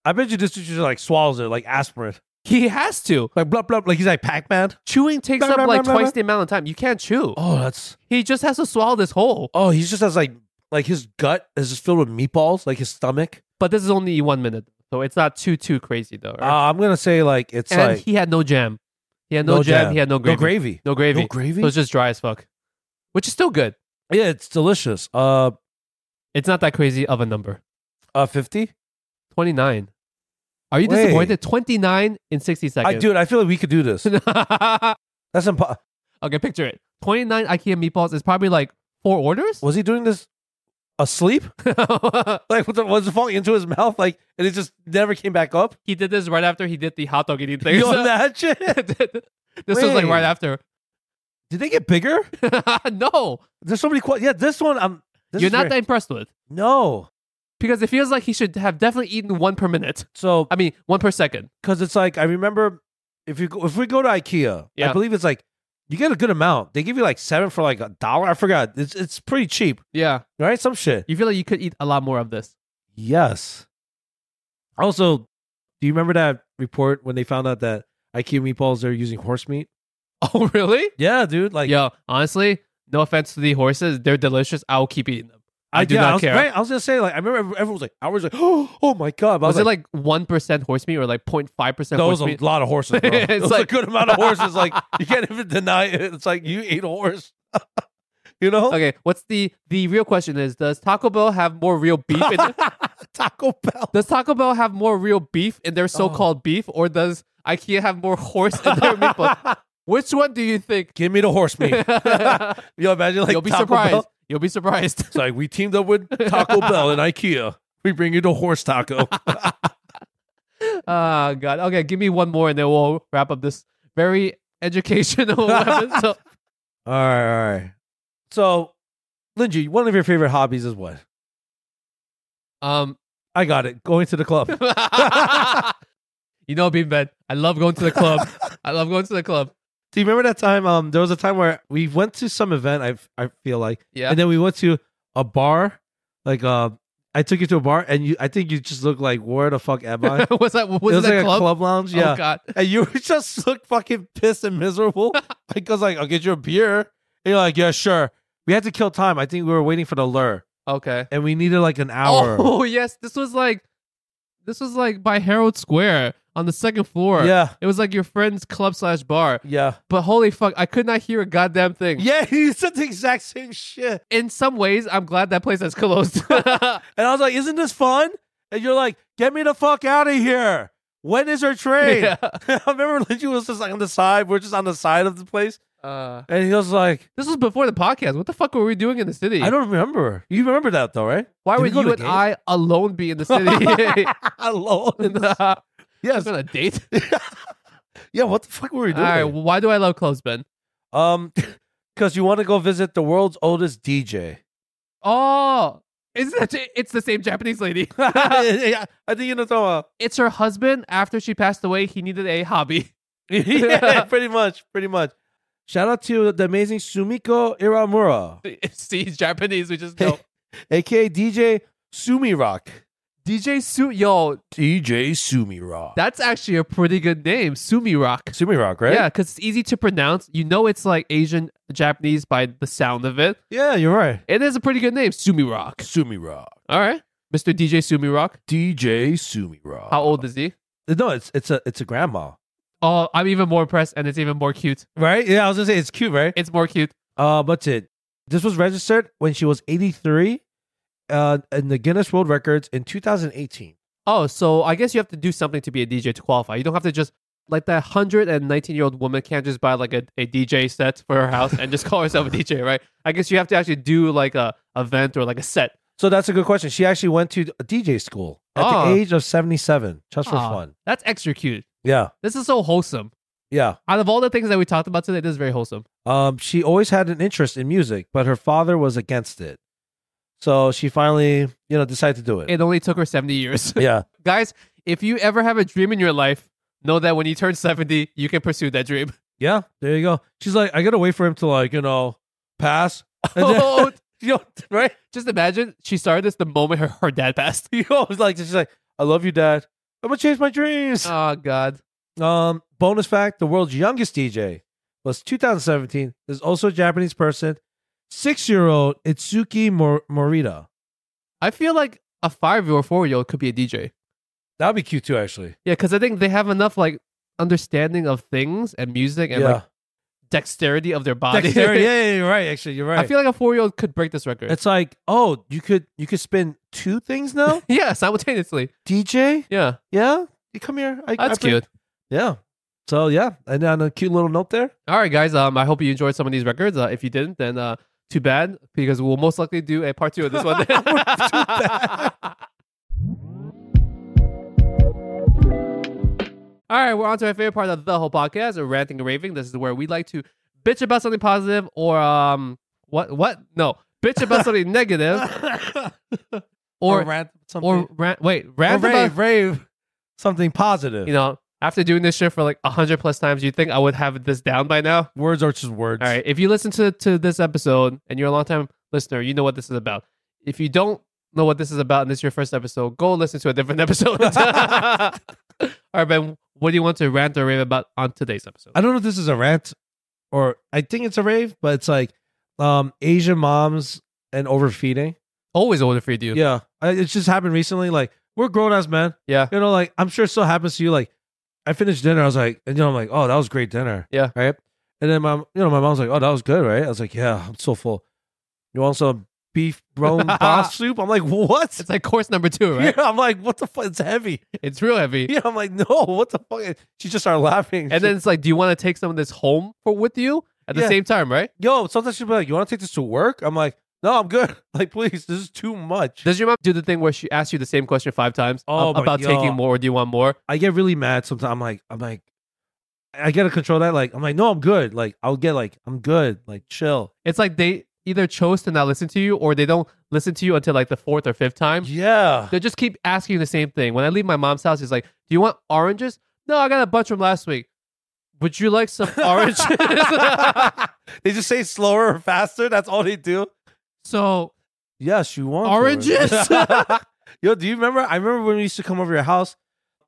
I bet you this dude just like swallows it like aspirin,
He has to.
like blah blah. Like he's like Pac Man.
Chewing takes
Blah,
up
blah,
like
blah, blah, blah.
twice the amount of time. You can't chew.
Oh, that's
He just has to swallow this whole.
Oh, he just has like like his gut is just filled with meatballs, like his stomach.
But this is only one minute. So it's not too, too crazy, though.
Uh,
right?
I'm gonna say like it's
and
like
he had no jam. He had no,
No
jam.
jam.
He had no gravy.
no gravy.
No gravy.
No gravy.
So it's just dry as fuck, which is still good.
yeah, it's delicious. Uh,
It's not that crazy of a number.
uh, fifty.
29. Are you
Wait.
disappointed? 29 in 60
I
seconds.
dude, I feel like we could do
[laughs]
this. That's impo-
okay, picture it. 29 IKEA meatballs is probably like four orders.
Was he doing this asleep? [laughs] Like, what the, was it falling into his mouth? Like, and it just never came back up.
[laughs] he did this right after he did the hot
[laughs]
dog eating thing.
You
[laughs]
imagine?
this was like
Wait.
right after. [laughs]
Did they get bigger?
no,
There's so many. Qu- yeah, this one. I'm. This
you're
is
not
very-
that impressed with
No.
because it feels like he should have definitely eaten one per minute.
So
I mean, one per second.
because it's like I remember if you go, if we go to IKEA,
Yeah.
I believe it's like you get a good amount. They give you like seven for like a dollar. I forgot. It's it's pretty cheap,
Yeah,
right? Some shit.
you feel like you could eat a lot more of this. [laughs]
Yes. Also, do you remember that report when they found out that IKEA meatballs are using horse meat?
Oh, really?
Yeah, dude. Like
Yo, honestly, no offense to the horses, they're delicious. I'll keep eating them. I do
yeah,
not
was,
care.
Right, I was gonna say like I remember every- everyone was like I was like [gasps] oh, oh my god. But I
Was,
was,
it like one percent horse meat or like 0.5 percent
that
horse
was a
meat?
lot of horses. [laughs] Bro.
It's
it was
like-
a good [laughs] amount of horses. Like you can't even deny it. It's like you ate a horse. [laughs] you know.
Okay, what's the the real question is? Does Taco Bell have more real beef?
[laughs]
In,
Taco Bell.
does Taco Bell have more real beef in their so-called beef, or does IKEA have more horse in their meatball? Which one do you think?
Give me the horse [laughs] meat.
You'll
You imagine like
be
Taco
surprised.
Bell?
You'll be surprised. [laughs]
It's like we teamed up with Taco Bell and IKEA. We bring you the horse taco.
Ah, God. Okay, give me one more, and then we'll wrap up this very educational episode.
All right, all right. So, Linji, one of your favorite hobbies is what?
Um, [laughs]
I got it. Going to the club.
you know, Beanbed, I love going to the club. I love going to the club.
Do you remember that time? Um, there was a time where we went to some event. I f- I feel like,
Yeah.
and then we went to a bar. Like, uh, I took you to a bar, and you, I think you just looked like, where the fuck am I?
[laughs] was that
uh,
was,
it was
it
like
a club?
a club lounge.
Oh
Yeah.
God.
and you [laughs] were just look fucking pissed and
[laughs]
miserable. because like, I'll get you a beer. And you're like, yeah, sure. We had to kill time. I think we were waiting for the lure,
Okay.
and we needed like an hour.
Oh [laughs] yes, this was like, this was like by Herald Square on the second floor.
yeah,
It was like your friend's club slash bar.
yeah,
But holy fuck, I could not hear a goddamn [laughs] thing.
yeah. He said the exact same shit,
In some ways, I'm glad that place has closed. [laughs]
and I was like, isn't this fun? And you're like, get me the fuck out of here. When is our train?
Yeah.
[laughs] I remember Lindsay was just like on the side. We're just on the side of the place,
Uh,
and he was like,
this was before the podcast. What the fuck were we doing in the city?
I don't remember. You remember that though,
[laughs]
right?
Why
Did we
would
go to
you and
the game?
I alone be in
[laughs]
the city? [laughs] uh,
Alone.
yes.
yes.
On a date.
Yeah. What the fuck were we
All
doing?
right. Why do I love clothes, Ben?
Um, [laughs] because you want to go visit the world's oldest [laughs]
[laughs]
DJ.
Oh, is that it's the same Japanese lady? [laughs]
I think you know what I'm
it's her husband. After she passed away, he needed a hobby. [laughs]
talking about. yeah, pretty much, pretty much. Shout out to the amazing Sumiko Iramura, [laughs]
See, Japanese, we just know.
aka DJ Sumi Rock.
DJ Su, yo,
DJ Sumi Rock.
that's actually a pretty good name, Sumi Rock.
Sumi Rock, right?
Yeah, because it's easy to pronounce. You know, it's like Asian Japanese by the sound of it.
Yeah, you're right.
It is a pretty good name, Sumi Rock.
Sumi Rock.
All right, Mr. DJ Sumi Rock.
DJ Sumi Rock.
How old is he?
No, it's it's a it's a grandma.
Oh, I'm even more impressed, and it's even more cute.
Right? Yeah, I was gonna say it's cute, right?
It's more cute.
Uh, that's it. This was registered when she was 83 uh, in the Guinness World Records in 2018.
Oh, so I guess you have to do something to be a DJ to qualify. You don't have to just like that hundred and nineteen year old woman can't just buy like a, a DJ set for her house and just call herself a DJ, right? I guess you have to actually do like a event or like a set.
So that's a good question. She actually went to a DJ school at
Oh.
the age of 77 just for
Aw,
fun.
That's extra cute.
Yeah.
This is so wholesome.
Yeah.
Out of all the things that we talked about today, this is very wholesome.
Um, she always had an interest in music, but her father was against it. So she finally, you know, decided to do it.
It only took her seventy years. [laughs]
yeah.
Guys, if you ever have a dream in your life, know that when you turn seventy, you can pursue that
[laughs]
dream. [laughs]
Yeah. There you go. She's like, I got to wait for him to, like, you know, pass. And then- [laughs]
oh,
yo, right?
just imagine she started this the moment her, her dad passed. [laughs]
You know, it's like, she's like, I love you, dad. I'm going to change my dreams.
Oh God.
Um, bonus fact: the world's youngest DJ was 2017. Is also a Japanese person, six-year-old Itsuki Mor- Morita.
I feel like a five or four year old could be a DJ.
That'd be cute too, actually.
Yeah, because I think they have enough like understanding of things and music and like dexterity of their body. [laughs]
Dexterity. yeah, yeah, you're right. Actually, you're right.
I feel like a four year old could break this record.
it's like, oh, you could you could spin two things
[laughs]
now,
[laughs] yeah, simultaneously.
DJ.
Yeah,
Yeah, you come here. I,
that's
I play-
cute.
Yeah. So yeah, and then a cute little note
[laughs]
there.
All right, guys. Um, I hope you enjoyed some of these records. Uh, if you didn't, then uh, too bad because we'll most likely do a part two of this
[laughs]
one. [laughs] All right, we're on to our favorite part of the whole podcast, ranting and raving. This is where we like to bitch about something positive or um, what what no, bitch
[laughs]
about something negative or or,
rant
rant. Wait, rant
rave,
about
rave something positive.
you know. After doing this shit for like hundred plus times, you think I would have this down by now?
words are just words.
All right. If you listen to, to this episode and you're a long time listener, you know what this is about. If you don't know what this is about and this is your first episode, go listen to a different
[laughs]
[laughs] episode. All right, Ben, what do you want to rant or rave about on today's episode?
I don't know if this is a rant or I think it's a rave, but it's like um Asian moms and overfeeding.
Always order for you.
Yeah. I, it just happened recently. Like, we're grown ass men.
Yeah.
You know, like I'm sure it still happens to you. Like, I finished dinner, I was like, and you know, I'm like, oh, that was great dinner.
Yeah.
Right. And then my you know, my mom's like, Oh, that was good, right? I was like, Yeah, I'm so full. You want some
[laughs]
beef brown broth soup? I'm like, What?
It's like course number two, right?
[laughs] Yeah, I'm like, what the fuck? It's heavy.
It's real heavy.
Yeah, [laughs] I'm like, no, what the fuck? She just started laughing.
And
She-
then it's like, do you want to take some of this home for with you at the
Yeah.
same time, right?
yo, sometimes she'll be like, you want to take this to work? I'm like, no, I'm good. [laughs] Like, please, this is too much.
Does your mom do the thing where she asks you the same question five times
Oh,
ab-
my
about
God.
taking more or do you want more?
I get really mad sometimes. I'm like, I'm like, I gotta control that. Like, I'm like, no, I'm good. Like, I'll get like, I'm good. Like, chill.
It's like they either chose to not listen to you or they don't listen to you until like the fourth or fifth time.
Yeah.
They just keep asking you the same thing. When I leave my mom's house, she's like, "Do you want oranges?" No, I got a bunch from last week. Would you
[laughs]
like some oranges? [laughs]
they just say slower or faster. That's all they do.
so
Yes, you want
Oranges?
oranges. [laughs] yo, do you remember? I remember when we used to come over to your house.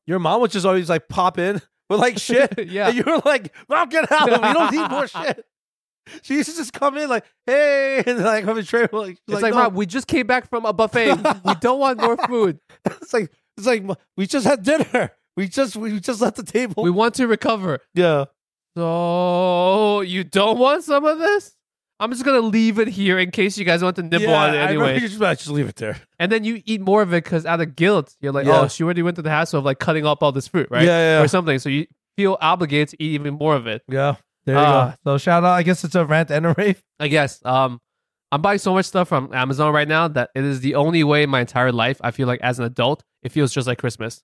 Your mom would just always like pop in [laughs] with like shit.
[laughs] yeah,
And you were like, Mom, get out of it. We don't need
[laughs]
more shit. She used to just come in like, hey, [laughs] and like have a tray. Like, she's
it's like,
"No."
mom, we just came back from a buffet. we don't want
[laughs]
more food.
it's like it's like we just had dinner. We just we just left the table.
We want to recover.
yeah.
So you don't want some of this? I'm just gonna leave it here in case you guys want to nibble on it
I remember
anyway.
you just, I just leave it there.
And then you eat more of it because out of guilt, you're like,
Yeah.
oh, she already went to the hassle of like cutting up all this fruit, right?
Yeah, yeah, yeah.
Or something. So you feel obligated to eat even more of it.
Yeah. There you
Ah.
go. So shout out. I guess it's a rant and a rave. [laughs]
I guess. Um, I'm buying so much stuff from Amazon right now that it is the only way in my entire life I feel like as an adult it feels just like Christmas.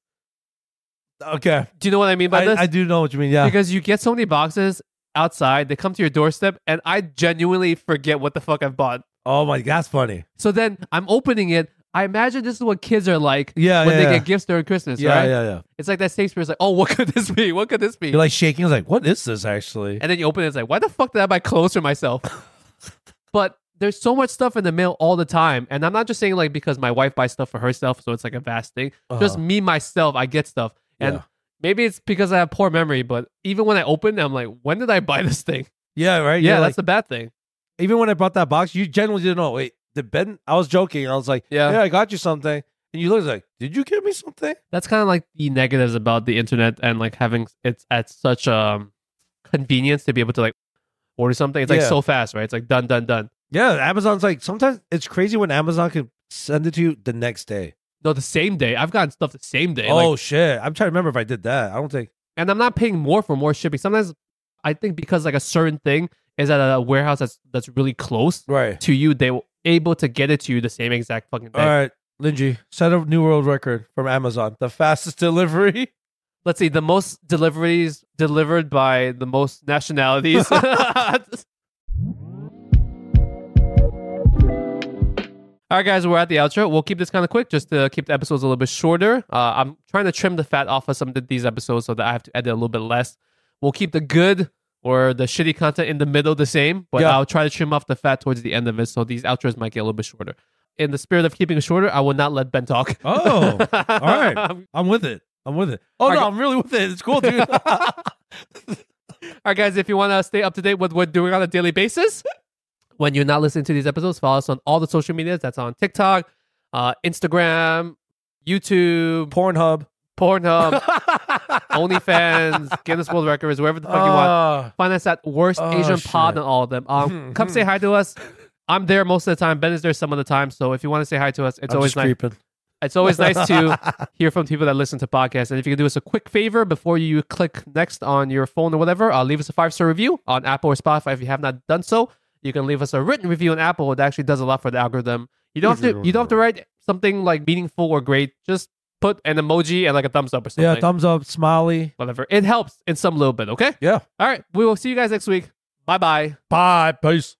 Okay.
Do you know what I mean by
I,
this?
I do know what you mean. Yeah.
Because you get so many boxes outside, they come to your doorstep, and I genuinely forget what the fuck I've bought.
Oh my, that's funny.
So then I'm opening it. I imagine this is what kids are like
Yeah.
when
yeah,
they
yeah.
get gifts during Christmas,
yeah,
right?
yeah, yeah.
It's like that Shakespeare's like, oh, what could this be? What could this be?
You're like shaking. I was like, what is this actually?
[laughs] and then you open it, it's like, why the fuck did I buy clothes for myself? but there's so much stuff in the mail all the time, and I'm not just saying like because my wife buys stuff for herself, so it's like a vast thing. Just
Uh-huh.
me myself, I get stuff, and
Yeah.
maybe it's because I have poor memory. But even when I open, it, I'm like, when did I buy this [laughs] thing?
Yeah, right.
Yeah,
You're
that's
like,
the bad thing.
even when I bought that box, you generally didn't know. Wait, did Ben? I was joking. I was like,
Yeah.
yeah, I got you something, and you looked like, did you give me something?
That's kind of like the negatives about the internet and like having it's at such um convenience to be able to like order something. It's like
Yeah.
so fast, right? It's like done, done, done.
Yeah, Amazon's like sometimes it's crazy when Amazon could send it to you the next day.
No, the same day. I've gotten stuff the same day. like,
oh shit! I'm trying to remember if I did that. I don't think.
and I'm not paying more for more shipping. Sometimes I think because like a certain thing is at a warehouse that's that's really close
Right.
to you, they were able to get it to you the same exact fucking day.
All right, Linji, set a new world record from Amazon. The fastest [laughs] delivery.
Let's see the most deliveries delivered by the most
[laughs]
nationalities. [laughs] All right, guys, we're at the outro. We'll keep this kind of quick just to keep the episodes a little bit shorter. Uh, I'm trying to trim the fat off of some of these episodes so that I have to edit a little bit less. We'll keep the good or the shitty content in the middle the same, but
Yeah.
I'll try to trim off the fat towards the end of it so these outros might get a little bit shorter. In the spirit of keeping it shorter, I will not let Ben talk.
[laughs] Oh, all
[laughs]
right. I'm with it. I'm with it. Oh
I
no,
got-
I'm really with it. It's cool, [laughs] dude.
All right, guys, if you want to stay up to date with what we're doing on a daily basis, when you're not listening to these episodes, follow us on all the social medias. That's on TikTok, uh, Instagram, YouTube,
Pornhub. [laughs]
Pornhub, OnlyFans, Guinness World Records, wherever the fuck you want.
Ah,
Find us at Worst
Oh,
Asian Pod
shit.
on all of them.
[laughs]
Um, come say hi to us. I'm there most of the time. Ben is there some of the time. So if you want to say hi to us, it's
I'm
always
just
nice.
creeping.
It's always nice to hear from people that listen to podcasts. And if you can do us a quick favor before you click next on your phone or whatever, uh, leave us a five star review on Apple or Spotify if you have not done so. You can leave us a written review on Apple. It actually does a lot for the algorithm. You don't have to. You don't have to write something like meaningful or great. Just put an emoji and like a thumbs up or something.
Yeah, thumbs up, smiley.
whatever. It helps in some little bit. Okay.
Yeah.
All right. We will see you guys next week. Bye bye.
Bye. Peace.